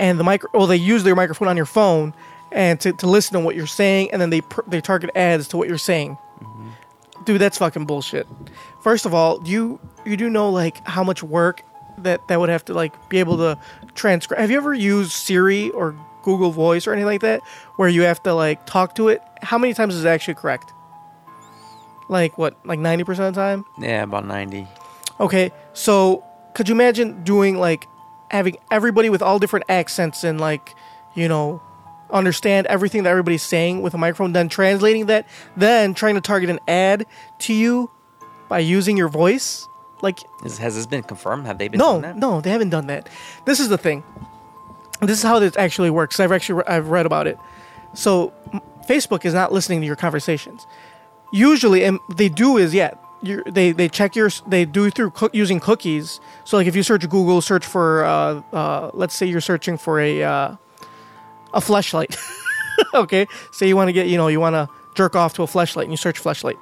A: and the micro. Well, they use their microphone on your phone, and to, to listen to what you're saying, and then they pr- they target ads to what you're saying. Dude, that's fucking bullshit. First of all, you you do know like how much work that that would have to like be able to transcribe. Have you ever used Siri or Google Voice or anything like that where you have to like talk to it? How many times is it actually correct? Like what? Like 90% of the time?
B: Yeah, about 90.
A: Okay, so could you imagine doing like having everybody with all different accents and like, you know, understand everything that everybody's saying with a microphone, then translating that, then trying to target an ad to you by using your voice? Like,
B: Is, has this been confirmed? Have they been
A: no,
B: doing that?
A: no, they haven't done that. This is the thing. This is how this actually works. I've actually re- I've read about it. So m- Facebook is not listening to your conversations. Usually, and they do is yeah, you they they check your s- they do through coo- using cookies. So like if you search Google, search for uh, uh, let's say you're searching for a uh, a flashlight. okay, say you want to get you know you want to jerk off to a flashlight and you search flashlight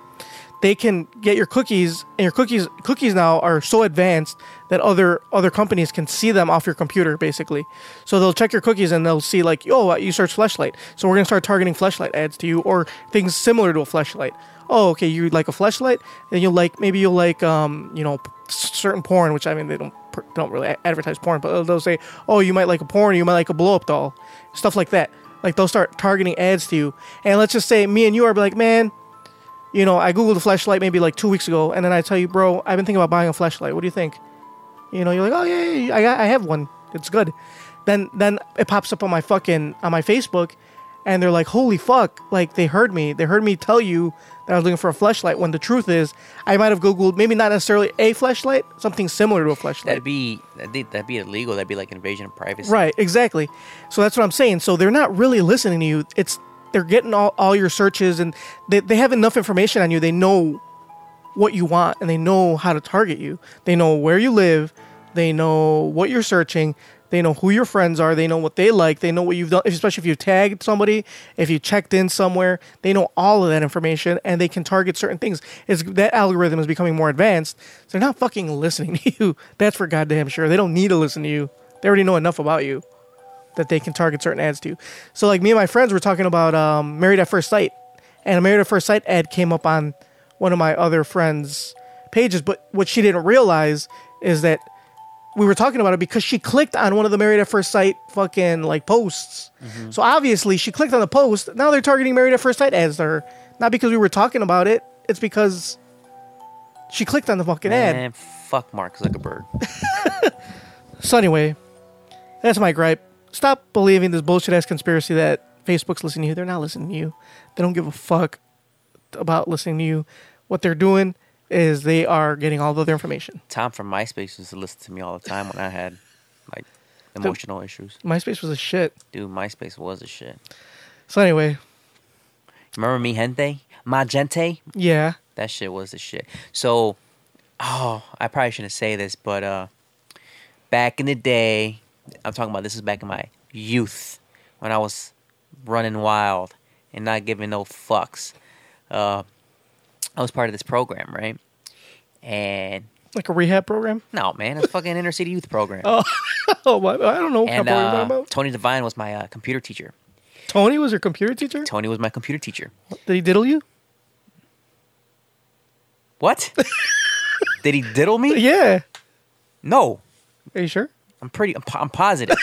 A: they can get your cookies and your cookies cookies now are so advanced that other other companies can see them off your computer basically so they'll check your cookies and they'll see like oh uh, you search flashlight so we're going to start targeting flashlight ads to you or things similar to a flashlight oh okay you like a flashlight then you'll like maybe you'll like um you know p- certain porn which i mean they don't per- don't really a- advertise porn but they'll say oh you might like a porn you might like a blow up doll stuff like that like they'll start targeting ads to you and let's just say me and you are like man you know, I googled a flashlight maybe like two weeks ago, and then I tell you, bro, I've been thinking about buying a flashlight. What do you think? You know, you're like, oh yeah, yeah, yeah, I got, I have one. It's good. Then then it pops up on my fucking on my Facebook, and they're like, holy fuck! Like they heard me. They heard me tell you that I was looking for a flashlight. When the truth is, I might have googled maybe not necessarily a flashlight, something similar to a flashlight.
B: That'd be that'd, be- that'd be illegal. That'd be like invasion of privacy.
A: Right, exactly. So that's what I'm saying. So they're not really listening to you. It's they're getting all, all your searches and they, they have enough information on you. They know what you want and they know how to target you. They know where you live, they know what you're searching, they know who your friends are, they know what they like, they know what you've done, especially if you've tagged somebody, if you checked in somewhere, they know all of that information and they can target certain things. It's that algorithm is becoming more advanced. So they're not fucking listening to you. That's for goddamn sure. They don't need to listen to you. They already know enough about you that they can target certain ads to. So like me and my friends were talking about um, Married at First Sight, and a Married at First Sight ad came up on one of my other friends' pages. But what she didn't realize is that we were talking about it because she clicked on one of the Married at First Sight fucking like posts. So obviously she clicked on the post. Now they're targeting Married at First Sight ads to her, not because we were talking about it. It's because she clicked on the fucking ad.
B: Man, fuck Mark Zuckerberg.
A: So anyway, that's my gripe. Stop believing this bullshit ass conspiracy that Facebook's listening to you. They're not listening to you. They don't give a fuck about listening to you. What they're doing is they are getting all of their information.
B: Tom from MySpace used to listen to me all the time when I had like emotional issues.
A: MySpace was a shit.
B: Dude, MySpace was a shit.
A: So anyway,
B: Remember me gente? My gente?
A: yeah.
B: That shit was the shit. So, oh, I probably shouldn't say this, but uh, back in the day, I'm talking about this is back in my youth when I was running wild and not giving no fucks. Uh, I was part of this program, right? And
A: Like a rehab program.
B: no, man, it's fucking inner city youth program.
A: Oh, my, I don't know what
B: And
A: kind of
B: uh,
A: program you're talking about.
B: Tony Devine was my uh, computer teacher.
A: Tony was your computer teacher?
B: Tony was my computer teacher.
A: Did he diddle you?
B: What? Did he diddle me?
A: Yeah.
B: No,
A: Are you sure?
B: I'm pretty. I'm, po- I'm positive.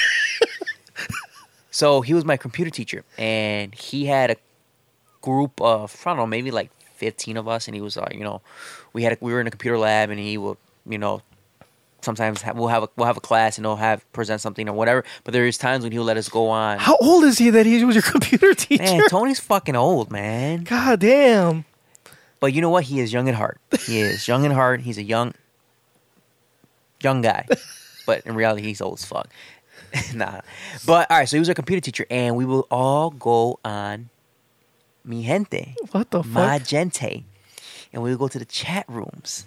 B: so he was my computer teacher, and he had a group of I don't know, maybe like 15 of us, and he was like, you know, we had a, we were in a computer lab, and he would, you know, sometimes ha we'll have a, we'll have a class, and he'll have present something or whatever. But there is times when he'll let us go on.
A: How old is he that he was your computer teacher?
B: man, Tony's fucking old, man.
A: God damn.
B: But you know what? He is young at heart. He is young at heart. He's a young, young guy. But in reality, he's old as fuck. nah. But all right, so he was our computer teacher, and we will all go on Mi Gente,
A: What the
B: Ma
A: fuck?
B: Gente, and we would go to the chat rooms.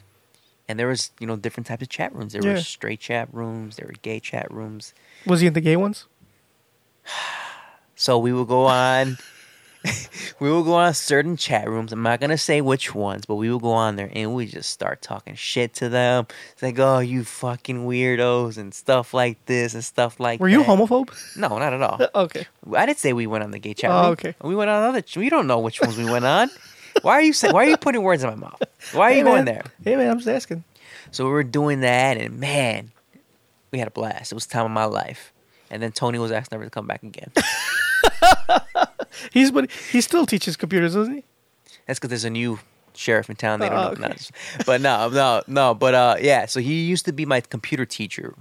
B: And there was, you know, different types of chat rooms. There were
A: Yeah.
B: straight chat rooms. There were gay chat rooms.
A: Was he in the gay ones?
B: So we will go on. we will go on certain chat rooms. I'm not gonna say which ones, but we will go on there and we just start talking shit to them. It's like, oh, you fucking weirdos and stuff like this and stuff like.
A: Were you
B: that.
A: homophobe?
B: No, not at all.
A: okay.
B: I didn't say we went on the gay chat
A: Oh,
B: room.
A: okay.
B: We went on other. ch- We don't know which ones we went on. Why are you saying? Why are you putting words in my mouth? Why are you going there?
A: Hey, man, I'm just asking.
B: So we were doing that, and man, we had a blast. It was the time of my life. And then Tony was asked never to come back again.
A: He's but he still teaches computers, doesn't he?
B: That's because there's a new sheriff in town. They don't
A: Oh,
B: know.
A: okay.
B: no, it's- but no, no, no. But uh, yeah. So he used to be my computer teacher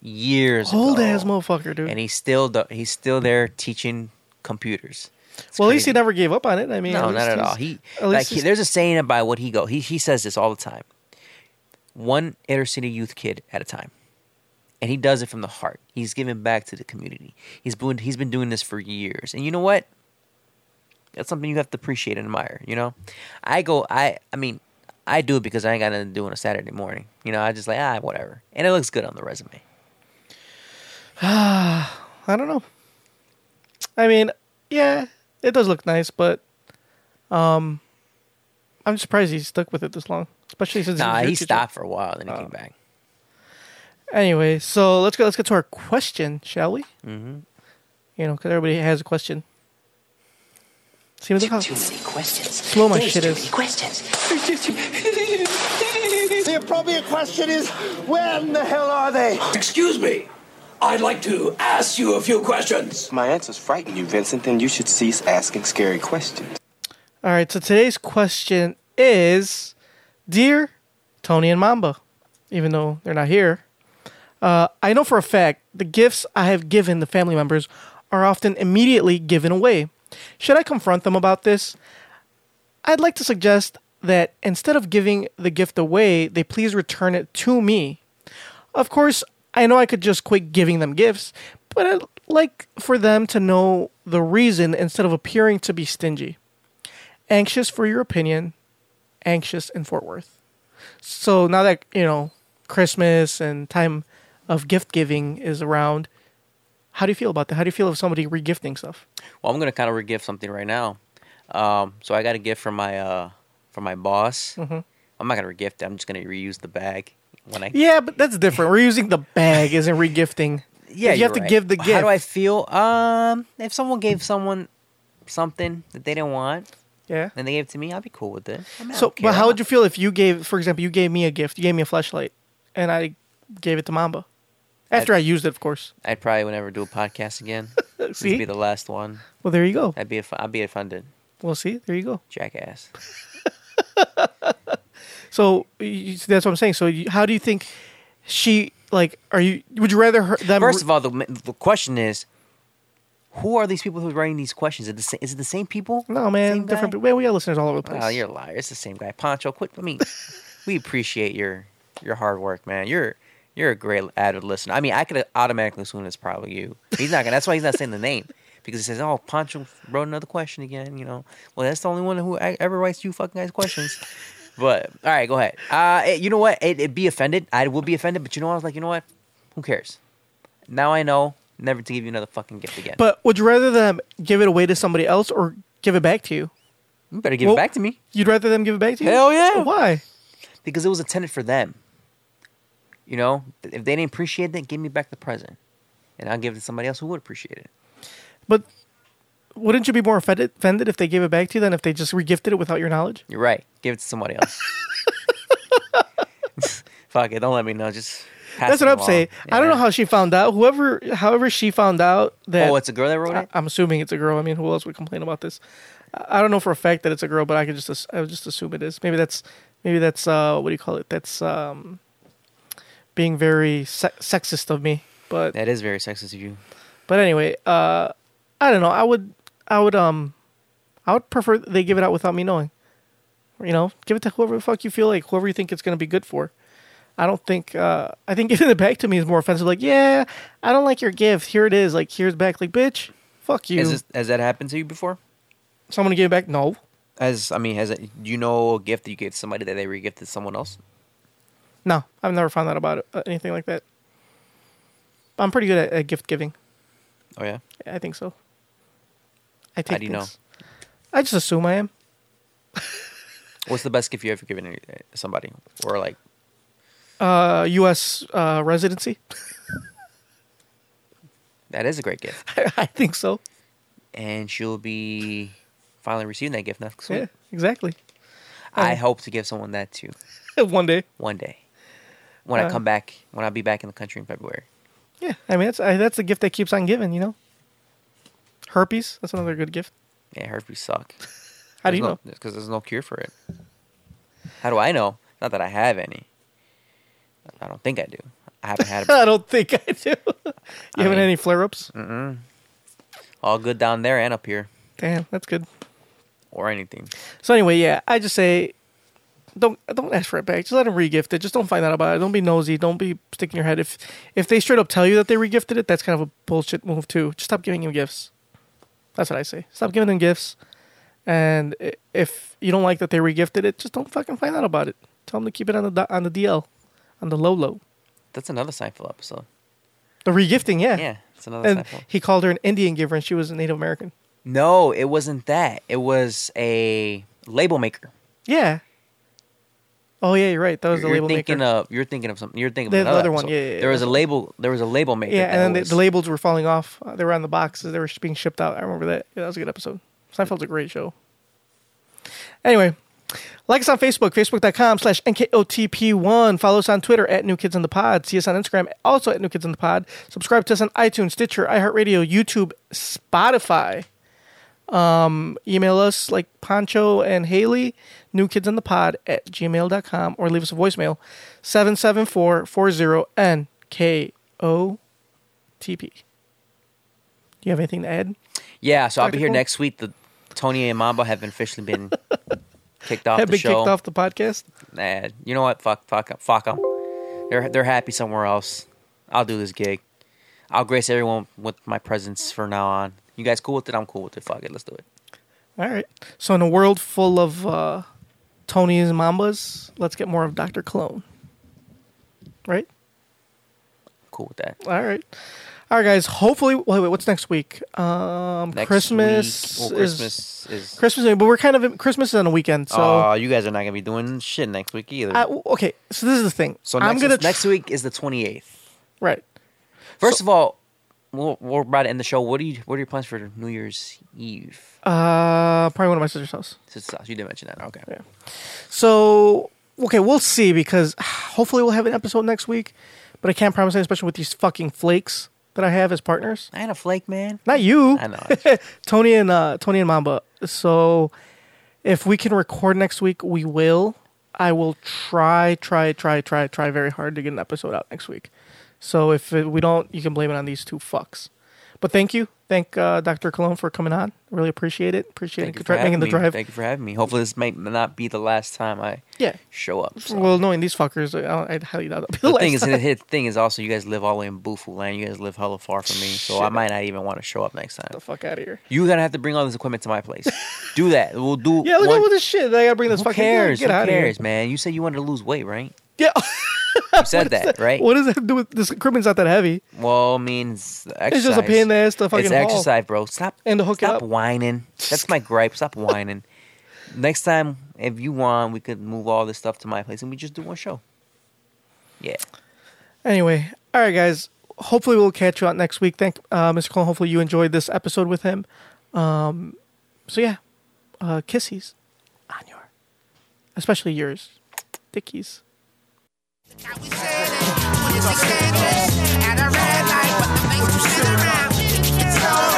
B: years
A: Old
B: ago.
A: ass motherfucker, dude.
B: Oh. And he's still the, he's still there teaching computers. It's
A: well, at least he
B: crazy.
A: never gave up on it. I mean,
B: No,
A: least
B: not at
A: he's-
B: all. He
A: at
B: like
A: least
B: he,
A: he's-
B: there's a saying about what he go. He he says this all the time. One inner city youth kid at a time, and he does it from the heart. He's giving back to the community. He's been he's been doing this for years, and you know what? That's something you have to appreciate and admire. You know, I go I I mean I do it because I ain't got nothing to do on a Saturday morning. You know, I just like ah whatever, and it looks good on the resume.
A: I don't know. I mean, yeah, it does look nice, but um, I'm surprised he stuck with it this long, especially since
B: Nah,
A: was your
B: he
A: teacher. Oh.
B: stopped for a while, then he came back.
A: Anyway, so let's go. Let's get to our question, shall we? Mm-hmm. You know, because everybody has a question. See what how
F: Too many questions.
A: slow my
F: There's
A: shit
F: too
A: is.
F: many questions.
D: The appropriate question is, when the hell are they?
G: Excuse me. I'd like to ask you a few questions.
H: my answers frighten you, Vincent, then you should cease asking scary questions.
A: All right, so today's question is Dear Tony and Mamba, even though they're not here, uh, I know for a fact the gifts I have given the family members are often immediately given away. Should I confront them about this? I'd like to suggest that instead of giving the gift away, they please return it to me. Of course, I know I could just quit giving them gifts, but I'd like for them to know the reason instead of appearing to be stingy anxious for your opinion, anxious in Fort Worth. So now that, you know, Christmas and time of gift giving is around, how do you feel about that? How do you feel if somebody regifting stuff?
B: Well, I'm gonna kind of regift something right now. Um, so I got a gift from my uh, from my boss. I'm not gonna regift it. I'm just gonna reuse the bag when I
A: Mm-hmm. Yeah, but that's different. We're using the bag isn't regifting. you
B: you're
A: have to
B: right.
A: give the
B: How
A: gift.
B: do I feel? Um, if someone gave someone something that they didn't want
A: yeah.
B: and they gave it to me, I'd be cool with it. I mean, I
A: So,
B: don't care.
A: but how would you feel if you gave, for example, you gave me a gift, you gave me a flashlight, and I gave it to Mamba after I, used it, of course.
B: I'd probably would never do a podcast again. This
A: See?
B: would be the last one.
A: Well, there you go.
B: I'd be if I'd be offended,
A: Well, see, there you go.
B: jackass.
A: So you, so that's what I'm saying. So you, how do you think she like? Are you? Would you rather her? Them
B: First of all, the the question is. Who are these people who're writing these questions? Is it the same, is it the same people?
A: no, man,
B: Same
A: different.
B: guy?
A: people. Man, we got listeners all over the place.
B: Oh, you're a liar. It's the same guy. Poncho, quit. I mean, we appreciate your your hard work, man. You're you're a great added listener. I mean, I could automatically assume it's probably you. He's not gonna. That's why he's not saying the name because he says, "Oh, Poncho wrote another question again." You know, well, that's the only one who a- ever writes you fucking guys questions. But all right, go ahead. Uh, it- you know what? It, it'd be offended. I would be offended, but you know, what? I was like, you know what? Who cares? Now I know never to give you another fucking gift again.
A: but would you rather them give it away to somebody else or give it back to you?
B: you better give
A: Well-
B: it back to me.
A: You'd rather them give it back to you?
B: Hell yeah.
A: Why?
B: because it was intended for them. You know, if they didn't appreciate it, give me back the present. and I'll give it to somebody else who would appreciate it.
A: But wouldn't you be more offended, offended if they gave it back to you than if they just regifted it without your knowledge?
B: You're right. Give it to somebody else. Fuck it. Don't let me know. Just pass
A: That's
B: it
A: what I'm
B: along.
A: saying. I don't know
B: Yeah.
A: how she found out. Whoever, however, she found out that.
B: Oh, it's a girl that wrote
A: I-
B: it.
A: I'm assuming it's a girl. I mean, who else would complain about this? I I don't know for a fact that it's a girl, but I could just ass- I would just assume it is. Maybe that's maybe that's uh, what do you call it? That's um, being very se- sexist of me. But
B: That is very sexist of you.
A: but anyway, uh, I don't know. I would I would um I would prefer that they give it out without me knowing. You know, give it to whoever the fuck you feel like, whoever you think it's gonna be good for. I don't think uh I think giving it back to me is more offensive. Like, yeah, I don't like your gift. Here it is. Like, here's back. Like, bitch, fuck you.
B: Has, this, has that happened to you before?
A: Someone to give it back? No.
B: As I mean, has it? Do you know a gift that you gave somebody that they regifted someone else?
A: No, I've never found out about it, uh, anything like that. I'm pretty good at, at gift giving.
B: Oh yeah.
A: I think so. I take
B: How do you know?
A: things. I just assume I am.
B: What's the best gift you ever given uh, somebody? Or like,
A: A U.S. Uh, residency.
B: that is a great gift,
A: I think so.
B: and she'll be finally receiving that gift next week.
A: Yeah, exactly.
B: I hope to give someone that too
A: One day.
B: one day when I
A: Uh,
B: come back when I'll be back in the country in February.
A: Yeah, I mean that's I, that's the gift that keeps on giving. You know. Herpes. That's another good gift.
B: Yeah, herpes suck.
A: How do you know?
B: Because there's no cure for it. How do I know? Not that I have any. I don't think I do. I haven't had it.
A: I don't think I do. you haven't
B: mean- mm.
A: had any flare-ups?
B: all good down there and up here
A: Damn, that's good.
B: or anything.
A: So anyway, yeah, I just say don't don't ask for it back. Just let them regift it. Just don't find out about it. Don't be nosy. Don't be sticking your head. If if they straight up tell you that they regifted it, that's kind of a bullshit move too. Just stop giving them gifts. That's what I say. Stop giving them gifts. And i- if you don't like that they regifted it, just don't fucking find out about it. Tell them to keep it on the do- on the DL, on the low low.
B: That's another Seinfeld episode.
A: The regifting, yeah.
B: Yeah, it's another
A: And
B: Seinfeld.
A: he called her an Indian giver, and she was a Native American.
B: No, it wasn't that. It was a label maker.
A: Yeah. Oh yeah, you're right. That was the
B: you're
A: label
B: thinking
A: maker.
B: of you're thinking of something. You're thinking
A: The-
B: of
A: the
B: another
A: other one,
B: episode.
A: yeah, yeah,
B: There was
A: yeah.
B: a label. There was a label maker.
A: Yeah,
B: that
A: and then
B: was-
A: the, the labels were falling off. Uh, they were on the boxes. They were sh- being shipped out. I remember that. Yeah, that was a good episode. Seinfeld's a great show. Anyway, like us on Facebook, facebook.com slash NKOTP1. Follow us on Twitter at New Kids on the Pod. See us on Instagram, also at New Kids on the Pod. Subscribe to us on iTunes, Stitcher, iHeartRadio, YouTube, Spotify. Um, email us like Poncho and Haley, newkidsonthepod at gmail.com, or leave us a voicemail, 774-40-NKOTP. Do you have anything to add?
B: Yeah, so I'll be here
A: Practical?
B: next week. The Tony and Mamba have officially been kicked off
A: Have
B: the
A: been
B: show.
A: kicked off the podcast?
B: Nah, you know what? Fuck, fuck 'em. fuck them. They're they're happy somewhere else. I'll do this gig. I'll grace everyone with my presence from now on. You guys cool with it? I'm cool with it. Fuck it, let's do it.
A: All right. So in a world full of uh, Tony's and Mambas, let's get more of Dr. Clone. Right?
B: Cool with that.
A: All right. All right, guys. Hopefully, wait, wait, what's next week? Um,
B: Next
A: Christmas,
B: week, well,
A: is
B: Christmas is.
A: Christmas, but we're kind of in, Christmas is on a weekend, so
B: oh, you guys are not gonna be doing shit next week either.
A: I, okay, so this is the thing.
B: so next,
A: I'm gonna tr-
B: next week is the 28th.
A: right.
B: First of all, we'll, we're about to end the show. What do you What are your plans for New Year's Eve?
A: Uh, probably one of my sister's house.
B: Since uh, you didn't mention that. Okay.
A: So okay, we'll see because hopefully we'll have an episode next week, but I can't promise anything, especially with these fucking flakes that I have as partners.
B: I had a flake, man.
A: Not you.
B: I know.
A: Tony and uh, Tony and Mamba. So if we can record next week, we will. I will try, try, try, try, try very hard to get an episode out next week. So if uh, we don't, you can blame it on these two fucks. But thank you, thank uh, Dr. Cologne for coming on. Really appreciate it. Appreciate
B: Thank
A: it
B: you
A: for
B: for
A: dri- making
B: having
A: the
B: me.
A: drive.
B: Thank you for having me. Hopefully, this might not be the last time I
A: Yeah.
B: show up. so.
A: Well, knowing these fuckers, I, don't- I highly doubt that'll be the,
B: the
A: last
B: thing is,
A: time.
B: the hit thing is also you guys live all the way in Boofu land. You guys live hella far from me, so I might not even want to show up next time.
A: the fuck out of here.
B: You're gonna have to bring all this equipment to my place. do that. We'll do.
A: Yeah, look
B: one-
A: at all this shit. I gotta bring this
B: Who
A: fucking yeah,
B: cares?
A: Get
B: Who
A: out of here.
B: cares, man? You said you wanted to lose weight, right?
A: Yeah.
B: You said that, right?
A: what does that do with this equipment's not that heavy?
B: Well, I mean, it's exercise.
A: just a pain in the ass to fucking
B: It's
A: haul.
B: exercise, bro. Stop
A: And to hook it
B: Stop
A: up.
B: whining. That's my gripe. Stop whining. Next time, if you want, we could move all this stuff to my place and we just do one show. Yeah.
A: Anyway, all right, guys. hopefully we'll catch you out next week. Thank uh, Mr. Cole. Hopefully you enjoyed this episode with him. Um, so yeah, uh, kisses on your, especially yours, dickies.
F: At a red light, but the man around. It's all